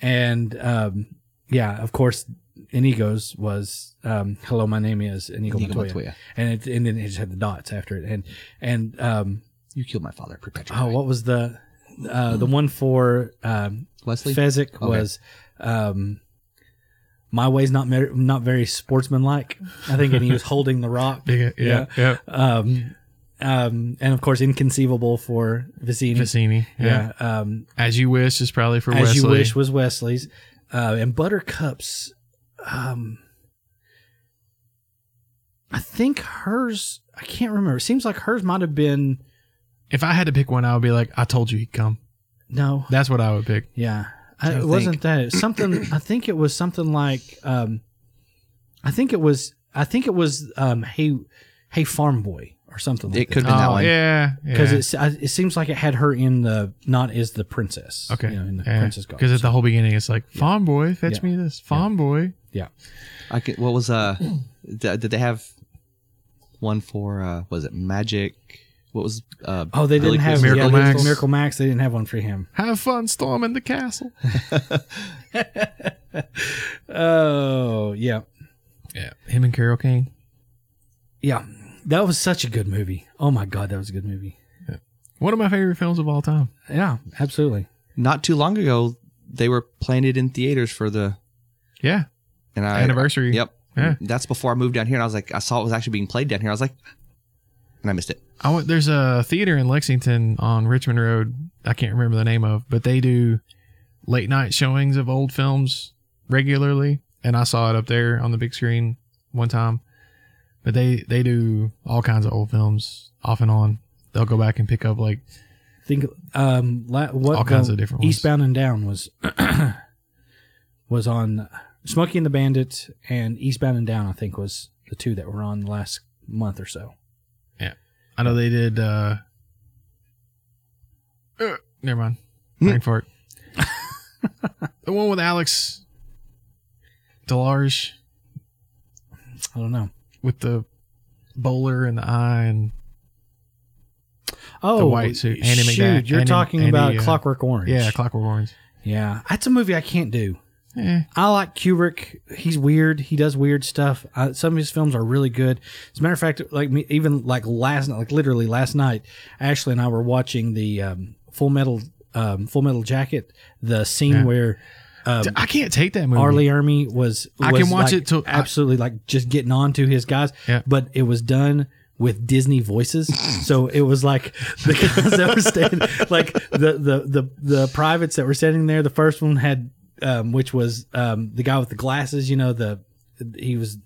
Speaker 2: and um, yeah, of course, Inigo's was um, "Hello, my name is Inigo,
Speaker 3: Inigo
Speaker 2: Montoya,",
Speaker 3: Montoya.
Speaker 2: and it, and then it just had the dots after it, and and um,
Speaker 3: You killed my father perpetually.
Speaker 2: oh, what was the uh, the one for um,
Speaker 3: Wesley?
Speaker 2: Fezzik
Speaker 3: Mm-hmm. Okay.
Speaker 2: was um, "My way's not mer- not very sportsmanlike," I think, and he was holding the rock.
Speaker 1: Yeah, yeah, yeah.
Speaker 2: Um, um, and of course, inconceivable for Vicini.
Speaker 1: Vicini, yeah.
Speaker 2: Yeah. Um,
Speaker 1: As you wish is probably for
Speaker 2: as
Speaker 1: Wesley.
Speaker 2: you wish was Wesley's, uh, and Buttercup's. Um, I think hers. I can't remember. It seems like hers might have been
Speaker 1: If I had to pick one, I would be like, I told you he'd come.
Speaker 2: no.
Speaker 1: That's what I would pick.
Speaker 2: Yeah, I,
Speaker 3: Trying
Speaker 2: it
Speaker 3: to
Speaker 2: wasn't
Speaker 3: think.
Speaker 2: that. It was something. I think it was something like. Um, I think it was. I think it was. Um, hey, hey, farm boy or something. Like
Speaker 3: It could have
Speaker 1: Oh,
Speaker 3: been that one.
Speaker 1: yeah,
Speaker 2: because
Speaker 1: yeah.
Speaker 2: it's. I, it seems like it had her in the not as the princess.
Speaker 1: okay.
Speaker 2: you know, in the
Speaker 1: yeah.
Speaker 2: princess guard.
Speaker 1: Because at the whole beginning, it's like, Fawn boy, fetch
Speaker 2: Yeah.
Speaker 1: me this. Fawn boy.
Speaker 2: yeah.
Speaker 3: I could, what was uh? th- did they have one for uh? Was it Magic? What was uh?
Speaker 2: Oh, they
Speaker 3: Billy
Speaker 2: didn't have
Speaker 3: Crystal?
Speaker 1: Miracle
Speaker 2: yeah, they didn't-
Speaker 1: Max.
Speaker 2: Miracle Max. They didn't have one for him.
Speaker 1: Have fun storming the castle.
Speaker 2: Oh yeah,
Speaker 1: Yeah. Him and Carol Kane.
Speaker 2: yeah. That was such a good movie. Oh my god, that was a good movie.
Speaker 1: One of my favorite films of all time.
Speaker 2: Yeah, absolutely.
Speaker 3: Not too long ago, they were planted in theaters for the
Speaker 1: Yeah.
Speaker 3: and I,
Speaker 1: Anniversary.
Speaker 3: Yep,
Speaker 1: Yeah.
Speaker 3: That's before I moved down here, and I was like, I saw it was actually being played down here. I was like, and I missed it.
Speaker 1: I went, there's a theater in Lexington on Richmond Road. I can't remember the name of, but they do late night showings of old films regularly, and I saw it up there on the big screen one time. But they they do all kinds of old films off and on. They'll go back and pick up like
Speaker 2: Think um la- what
Speaker 1: All kinds
Speaker 2: the
Speaker 1: of different ones.
Speaker 2: Eastbound and Down was was on Smokey and the Bandit and Eastbound and Down I think was the two that were on the last month or so.
Speaker 1: I know they did. uh, uh Never mind.
Speaker 3: Hmm.
Speaker 1: Brain fart. the one with Alex Delarge
Speaker 2: I don't know.
Speaker 1: with the bowler and the eye and
Speaker 2: Oh,
Speaker 1: white suit, Andy
Speaker 2: shoot,
Speaker 1: McDowell-
Speaker 2: you're
Speaker 1: Andy-
Speaker 2: talking
Speaker 1: Andy,
Speaker 2: about
Speaker 1: uh,
Speaker 2: Clockwork Orange.
Speaker 1: yeah, Clockwork Orange.
Speaker 2: yeah. That's a movie I can't do.
Speaker 1: Eh.
Speaker 2: I like Kubrick. He's weird. He does weird stuff. Uh, some of his films are really good. As a matter of fact, like me, even like last night, like literally last night, Ashley and I were watching the um, Full Metal um, Full Metal Jacket. The scene
Speaker 1: Yeah.
Speaker 2: where um,
Speaker 1: D- I can't take that movie.
Speaker 2: Arlie Army was,
Speaker 1: I
Speaker 2: was,
Speaker 1: can watch
Speaker 2: like,
Speaker 1: it till- I-
Speaker 2: absolutely like just getting on to his guys,
Speaker 1: Yeah.
Speaker 2: but it was done with Disney voices, so it was like the guys that were standing, like the, the the the privates that were standing there. The first one had, um, which was um, the guy with the glasses. You know, the he was,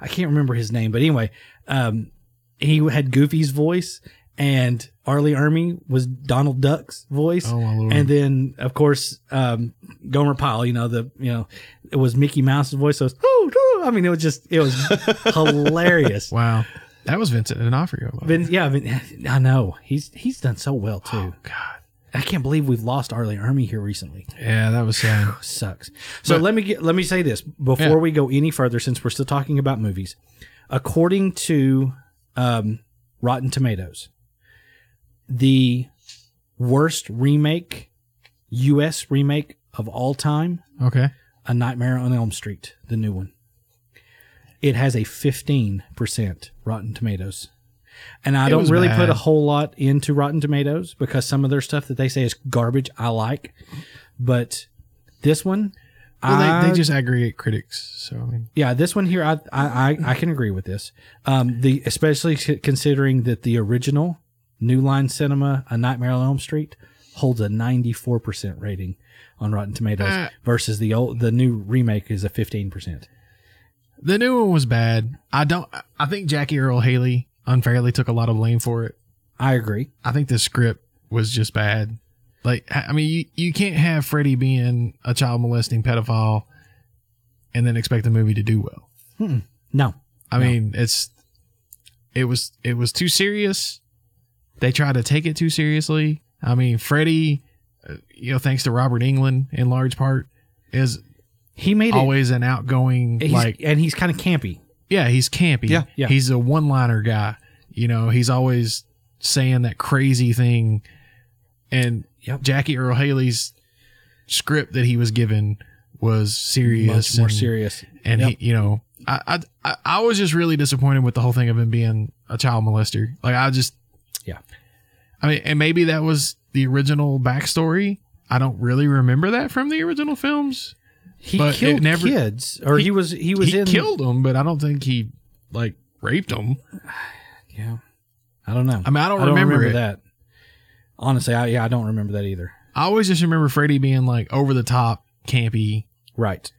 Speaker 2: I can't remember his name, but anyway, um, he had Goofy's voice, and Arlie Army was Donald Duck's voice,
Speaker 1: Oh my lord!
Speaker 2: and then, of course, um, Gomer Pyle, you know, the, you know, it was Mickey Mouse's voice. So it was, "Ooh, ooh." I mean, it was just, it was hilarious.
Speaker 1: wow, that was Vincent D'Onofrio. by the way.
Speaker 2: Vin, yeah, Vin, I know. He's, he's done so well, too.
Speaker 1: Oh God,
Speaker 2: I can't believe we've lost Arlie Army here recently.
Speaker 1: yeah, that was sad.
Speaker 2: Sucks. So
Speaker 1: But-
Speaker 2: let me get, let me say this before
Speaker 1: Yeah.
Speaker 2: we go any further, since we're still talking about movies. According to um, Rotten Tomatoes, the worst remake, U.S. remake of all time,
Speaker 1: Okay,
Speaker 2: A Nightmare on Elm Street, the new one. It has a 15% Rotten Tomatoes. And I
Speaker 1: It
Speaker 2: don't
Speaker 1: was
Speaker 2: really put
Speaker 1: bad.
Speaker 2: a whole lot into Rotten Tomatoes because some of their stuff that they say is garbage I like. But this one,
Speaker 1: well,
Speaker 2: I,
Speaker 1: they, they just aggregate critics. So I mean,
Speaker 2: yeah, this one here, I, I, I, I can agree with this. Um, the especially c- considering that the original New Line Cinema, A Nightmare on Elm Street, holds a ninety four percent rating on Rotten Tomatoes
Speaker 1: Uh.
Speaker 2: versus the old the new remake is a fifteen percent.
Speaker 1: the new one was bad. I don't. I think Jackie Earl Haley unfairly took a lot of blame for it.
Speaker 2: I agree.
Speaker 1: I think the script was just bad. Like, I I mean, you, you can't have Freddy being a child molesting pedophile and then expect the movie to do well.
Speaker 2: No,
Speaker 1: I
Speaker 2: No.
Speaker 1: mean, it's it was it was too serious. They tried to take it too seriously. I mean, Freddy, uh, you know, thanks to Robert England in large part, is
Speaker 2: he made
Speaker 1: always an outgoing
Speaker 2: it. He's,
Speaker 1: like
Speaker 2: and he's kind of campy.
Speaker 1: yeah, he's campy.
Speaker 3: Yeah.
Speaker 2: Yeah.
Speaker 1: He's a one liner guy. You know, he's always saying that crazy thing. And
Speaker 2: Yep.
Speaker 1: Jackie Earl Haley's script that he was given was serious.
Speaker 2: Much more
Speaker 1: and-
Speaker 2: serious.
Speaker 1: And
Speaker 2: Yep.
Speaker 1: he, you know, I, I- I I was just really disappointed with the whole thing of him being a child molester. Like I just
Speaker 2: Yeah.
Speaker 1: I mean, and maybe that was the original backstory. I don't really remember that from the original films.
Speaker 2: He
Speaker 1: but it
Speaker 2: killed
Speaker 1: never-
Speaker 2: kids, or he, was he was
Speaker 1: he
Speaker 2: in
Speaker 1: killed him, but I don't think he like raped him.
Speaker 2: Yeah, I don't know.
Speaker 1: I mean, I
Speaker 2: I
Speaker 1: don't,
Speaker 2: don't remember,
Speaker 1: remember, it.
Speaker 2: that. Honestly, I, yeah, I don't remember that either.
Speaker 1: I always just remember Freddy being like over the top, campy,
Speaker 2: Right.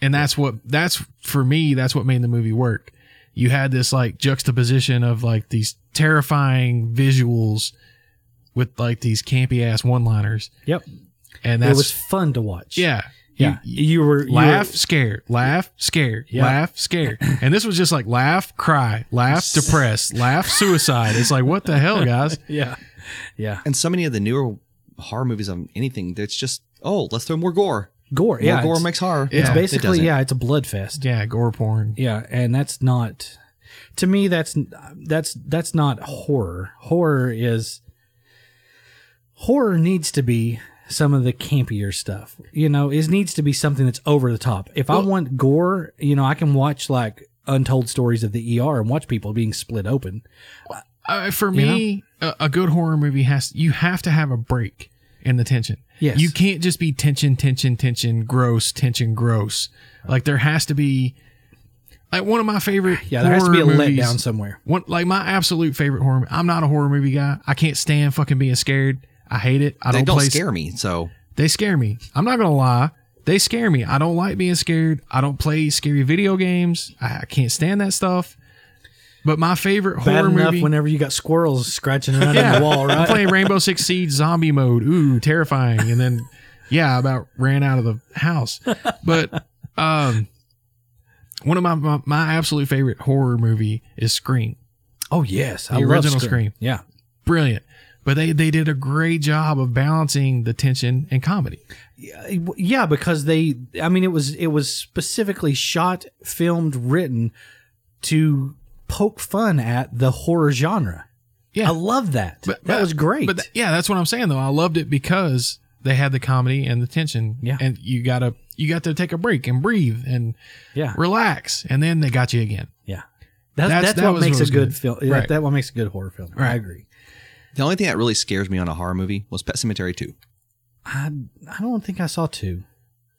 Speaker 1: and that's what that's for me. That's what made the movie work. You had this like juxtaposition of like these terrifying visuals with like these campy ass one liners,
Speaker 2: Yep.
Speaker 1: and
Speaker 2: It
Speaker 1: that's
Speaker 2: was fun to watch.
Speaker 1: yeah,
Speaker 2: Yeah.
Speaker 1: You-
Speaker 2: You, were you
Speaker 1: laugh,
Speaker 2: were-
Speaker 1: scared, laugh, scared,
Speaker 2: Yeah.
Speaker 1: laugh, scared, and this was just like laugh, cry, laugh, depressed, laugh, suicide. It's like what the hell, guys?
Speaker 2: yeah. Yeah.
Speaker 3: And so many of the newer horror movies on anything, it's just oh, let's throw more gore.
Speaker 2: Gore.
Speaker 3: More
Speaker 2: Yeah.
Speaker 3: gore
Speaker 2: it's,
Speaker 3: makes horror.
Speaker 1: it's
Speaker 2: it's
Speaker 1: Yeah, it
Speaker 2: basically,
Speaker 3: doesn't.
Speaker 2: yeah, it's a blood fest.
Speaker 1: Yeah, gore porn.
Speaker 2: Yeah. And that's not, to me, that's, that's, that's not horror. Horror is, horror needs to be some of the campier stuff. You know, it needs to be something that's over the top. If I
Speaker 1: Well-
Speaker 2: want gore, you know, I can watch like untold stories of the ER and watch people being split open.
Speaker 1: Uh, for me, a, a good horror movie has you have to have a break in the tension.
Speaker 2: Yes.
Speaker 1: You can't just be tension, tension, tension, gross, tension, gross. Like there has to be like one of my favorite
Speaker 2: Yeah, there has to be a
Speaker 1: horror movies-
Speaker 2: letdown somewhere.
Speaker 1: One like my absolute favorite horror. I'm not a horror movie guy. I can't stand fucking being scared. I hate it. I
Speaker 3: They
Speaker 1: don't,
Speaker 3: don't
Speaker 1: play.
Speaker 3: scare me, so
Speaker 1: They scare me. I'm not gonna lie. They scare me. I don't like being scared. I don't play scary video games. I, I can't stand that stuff. But my favorite
Speaker 2: Bad
Speaker 1: horror
Speaker 2: enough
Speaker 1: movie.
Speaker 2: whenever you got squirrels scratching around on
Speaker 1: Yeah.
Speaker 2: the wall,
Speaker 1: I'm
Speaker 2: right?
Speaker 1: playing Rainbow Six Siege zombie mode. Ooh, terrifying. And then, yeah, I about ran out of the house. But um, one of my, my my absolute favorite horror movie is Scream.
Speaker 2: Oh yes,
Speaker 1: The
Speaker 2: love
Speaker 1: original Scream.
Speaker 2: Yeah,
Speaker 1: Brilliant. But they they did a great job of balancing the tension and comedy.
Speaker 2: Yeah, Uh, yeah, because they. I mean, it was it was specifically shot, filmed, written to poke fun at the horror genre.
Speaker 1: Yeah.
Speaker 2: I love that.
Speaker 1: But-
Speaker 2: that
Speaker 1: but-
Speaker 2: was great.
Speaker 1: But th- yeah, that's what I'm saying though. I loved it because they had the comedy and the tension.
Speaker 2: Yeah.
Speaker 1: And you gotta you got to take a break and breathe and
Speaker 2: yeah,
Speaker 1: relax. And then they got you again.
Speaker 2: that's,
Speaker 1: that's-
Speaker 2: that's,
Speaker 1: that
Speaker 2: what
Speaker 1: was
Speaker 2: makes
Speaker 1: what
Speaker 2: a
Speaker 1: was
Speaker 2: good
Speaker 1: good.
Speaker 2: film.
Speaker 1: Right.
Speaker 2: That, that what makes a good horror film. I
Speaker 1: Right.
Speaker 2: agree.
Speaker 3: the only thing that really scares me on a horror movie was Pet Cemetery 2.
Speaker 2: I I don't think I saw two.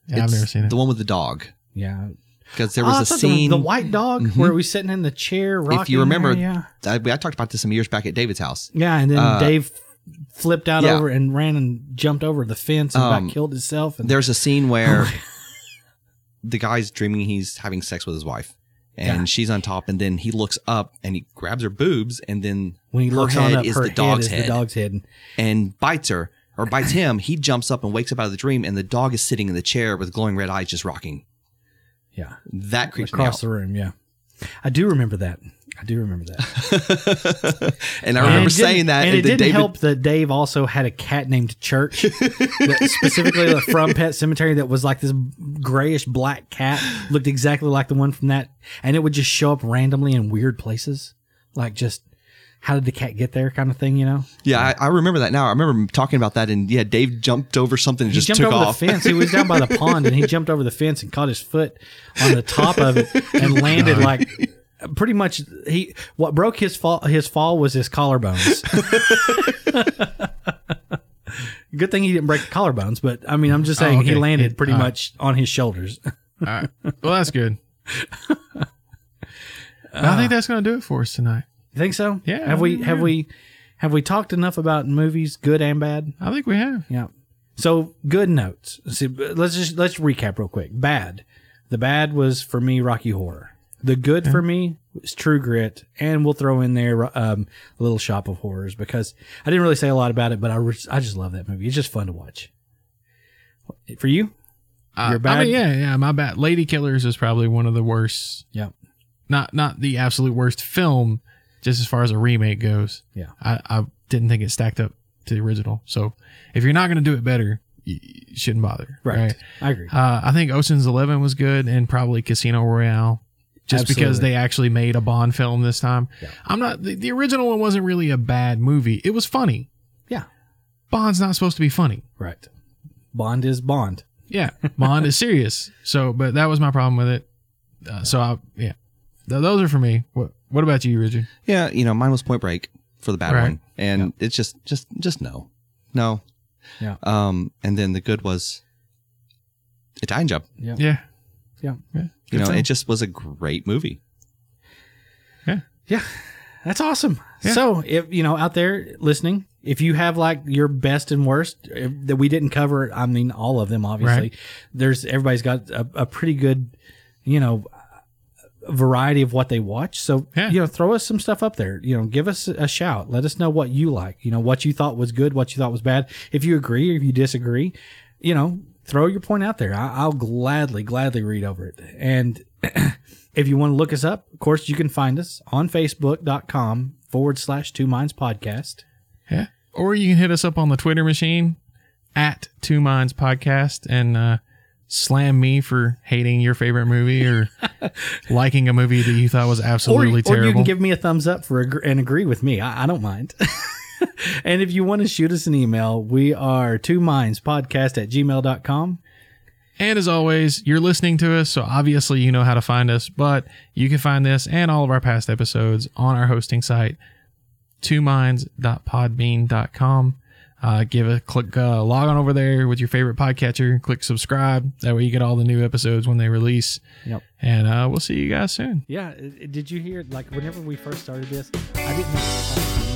Speaker 1: Yeah, I've
Speaker 3: It's
Speaker 1: never seen it.
Speaker 3: The one with the dog.
Speaker 2: Yeah,
Speaker 3: Because there
Speaker 2: Oh, I
Speaker 3: was a
Speaker 2: thought the-
Speaker 3: scene.
Speaker 2: The, white dog
Speaker 3: Mhm.
Speaker 2: where we sitting in the chair. Rocking
Speaker 3: if you remember,
Speaker 2: there, yeah,
Speaker 3: I, I talked about this some years back at David's house.
Speaker 2: yeah, and then
Speaker 3: uh,
Speaker 2: Dave flipped out
Speaker 3: yeah.
Speaker 2: over and ran and jumped over the fence and
Speaker 3: Um,
Speaker 2: about killed himself. And
Speaker 3: There's a
Speaker 2: Oh
Speaker 3: scene where the guy's dreaming he's having sex with his wife, and
Speaker 2: Yeah.
Speaker 3: she's on top, and then he looks up and he grabs her boobs, and then
Speaker 2: when he
Speaker 3: her
Speaker 2: looks on
Speaker 3: head
Speaker 2: up,
Speaker 3: is
Speaker 2: her
Speaker 3: the
Speaker 2: head
Speaker 3: dog's
Speaker 2: is
Speaker 3: head.
Speaker 2: the dog's head. And
Speaker 3: and bites her or bites him. He jumps up and wakes up out of the dream, and the dog is sitting in the chair with glowing red eyes, just rocking.
Speaker 2: yeah,
Speaker 3: That creeps me out.
Speaker 2: across the room. Yeah, I do remember that. I do remember that.
Speaker 3: and I
Speaker 2: And
Speaker 3: remember
Speaker 2: it didn't-
Speaker 3: saying that,
Speaker 2: and it
Speaker 3: then
Speaker 2: didn't
Speaker 3: David,
Speaker 2: help that Dave also had a cat named Church, that specifically the from Pet Cemetery, that was like this grayish black cat, looked exactly like the one from that, and it would just show up randomly in weird places, like just how did the cat get there, kind of thing, you know?
Speaker 3: Yeah, I, I remember that now. I remember talking about that, and yeah, Dave jumped over something and
Speaker 2: He
Speaker 3: just
Speaker 2: jumped
Speaker 3: took
Speaker 2: over
Speaker 3: off.
Speaker 2: the fence. He was down by the pond, and he jumped over the fence and caught his foot on the top of it and landed like. Pretty much, he what broke his fall. His fall was his collarbones. Good thing he didn't break the collarbones, but I mean, I'm just
Speaker 1: Oh,
Speaker 2: saying he
Speaker 1: okay.
Speaker 2: landed
Speaker 1: It-
Speaker 2: pretty
Speaker 1: all right.
Speaker 2: much on his shoulders.
Speaker 1: All right. Well, that's good. I think that's gonna do it for us tonight.
Speaker 2: You think so?
Speaker 1: Yeah,
Speaker 2: Have we
Speaker 1: yeah.
Speaker 2: have we have we talked enough about movies, good and bad?
Speaker 1: I think we have.
Speaker 2: Yeah. So good notes. See, but let's just let's recap real quick. Bad. The bad was for me Rocky Horror. The good for me was True Grit, and we'll throw in there um, Little Shop of Horrors because I didn't really say a lot about it, but I re- I just love that movie. It's just fun to watch. For you,
Speaker 1: Uh,
Speaker 2: Your bad-
Speaker 1: I mean, yeah, yeah. My bad. Lady Killers is probably one of the worst.
Speaker 2: Yep.
Speaker 1: Not not the absolute worst film, just as far as a remake goes.
Speaker 2: Yeah.
Speaker 1: I, I didn't think it stacked up to the original. So if you're not gonna do it better, you, you shouldn't bother.
Speaker 2: right? I agree.
Speaker 1: Uh, I think Ocean's Eleven was good, and probably Casino Royale, just because
Speaker 2: Absolutely.
Speaker 1: they actually made a Bond film this time.
Speaker 2: Yeah.
Speaker 1: I'm not the, the original one wasn't really a bad movie. It was funny.
Speaker 2: Yeah.
Speaker 1: Bond's not supposed to be funny.
Speaker 2: Right. Bond is Bond.
Speaker 1: Yeah, Bond is serious. So, but that was my problem with it. Uh, So, I, yeah, Th- those are for me. What What about you, Richard?
Speaker 3: Yeah, you know, mine was Point Break for the bad
Speaker 1: Right.
Speaker 3: one, and it's just, just, just no, no.
Speaker 2: Yeah.
Speaker 3: Um, and then the good was Italian Job.
Speaker 2: Yeah.
Speaker 1: Yeah,
Speaker 2: Yeah.
Speaker 3: You
Speaker 1: Good
Speaker 3: know,
Speaker 1: film.
Speaker 3: it just was a great movie.
Speaker 2: Yeah, that's awesome.
Speaker 1: Yeah.
Speaker 2: So, if you know out there listening, if you have like your best and worst if, that we didn't cover, I mean all of them obviously.
Speaker 1: Right.
Speaker 2: There's everybody's got a, a pretty good, you know, variety of what they watch. So,
Speaker 1: Yeah.
Speaker 2: you know, throw us some stuff up there. You know, give us a shout. Let us know what you like. You know, what you thought was good, what you thought was bad. If you agree or if you disagree, you know, throw your point out there. I, I'll gladly, gladly read over it. And if you want to look us up, of course, you can find us on facebook.com forward slash two minds podcast.
Speaker 1: yeah. Or you can hit us up on the Twitter machine at Two Minds Podcast and uh, slam me for hating your favorite movie or liking a movie that you thought was
Speaker 2: Or,
Speaker 1: absolutely
Speaker 2: or
Speaker 1: terrible.
Speaker 2: you can give me a thumbs up for agr and agree with me. I, I don't mind. and if you want to shoot us an email, we are two minds podcast at gmail.com.
Speaker 1: And as always, you're listening to us, so obviously you know how to find us, but you can find this and all of our past episodes on our hosting site, twominds.podbean.com. Uh, give a click, uh, log on over there with your favorite podcatcher. Click subscribe. That way you get all the new episodes when they release.
Speaker 2: Yep.
Speaker 1: And uh, we'll see you guys soon.
Speaker 2: Yeah. uh, Did you hear, like, whenever we first started this, I didn't know.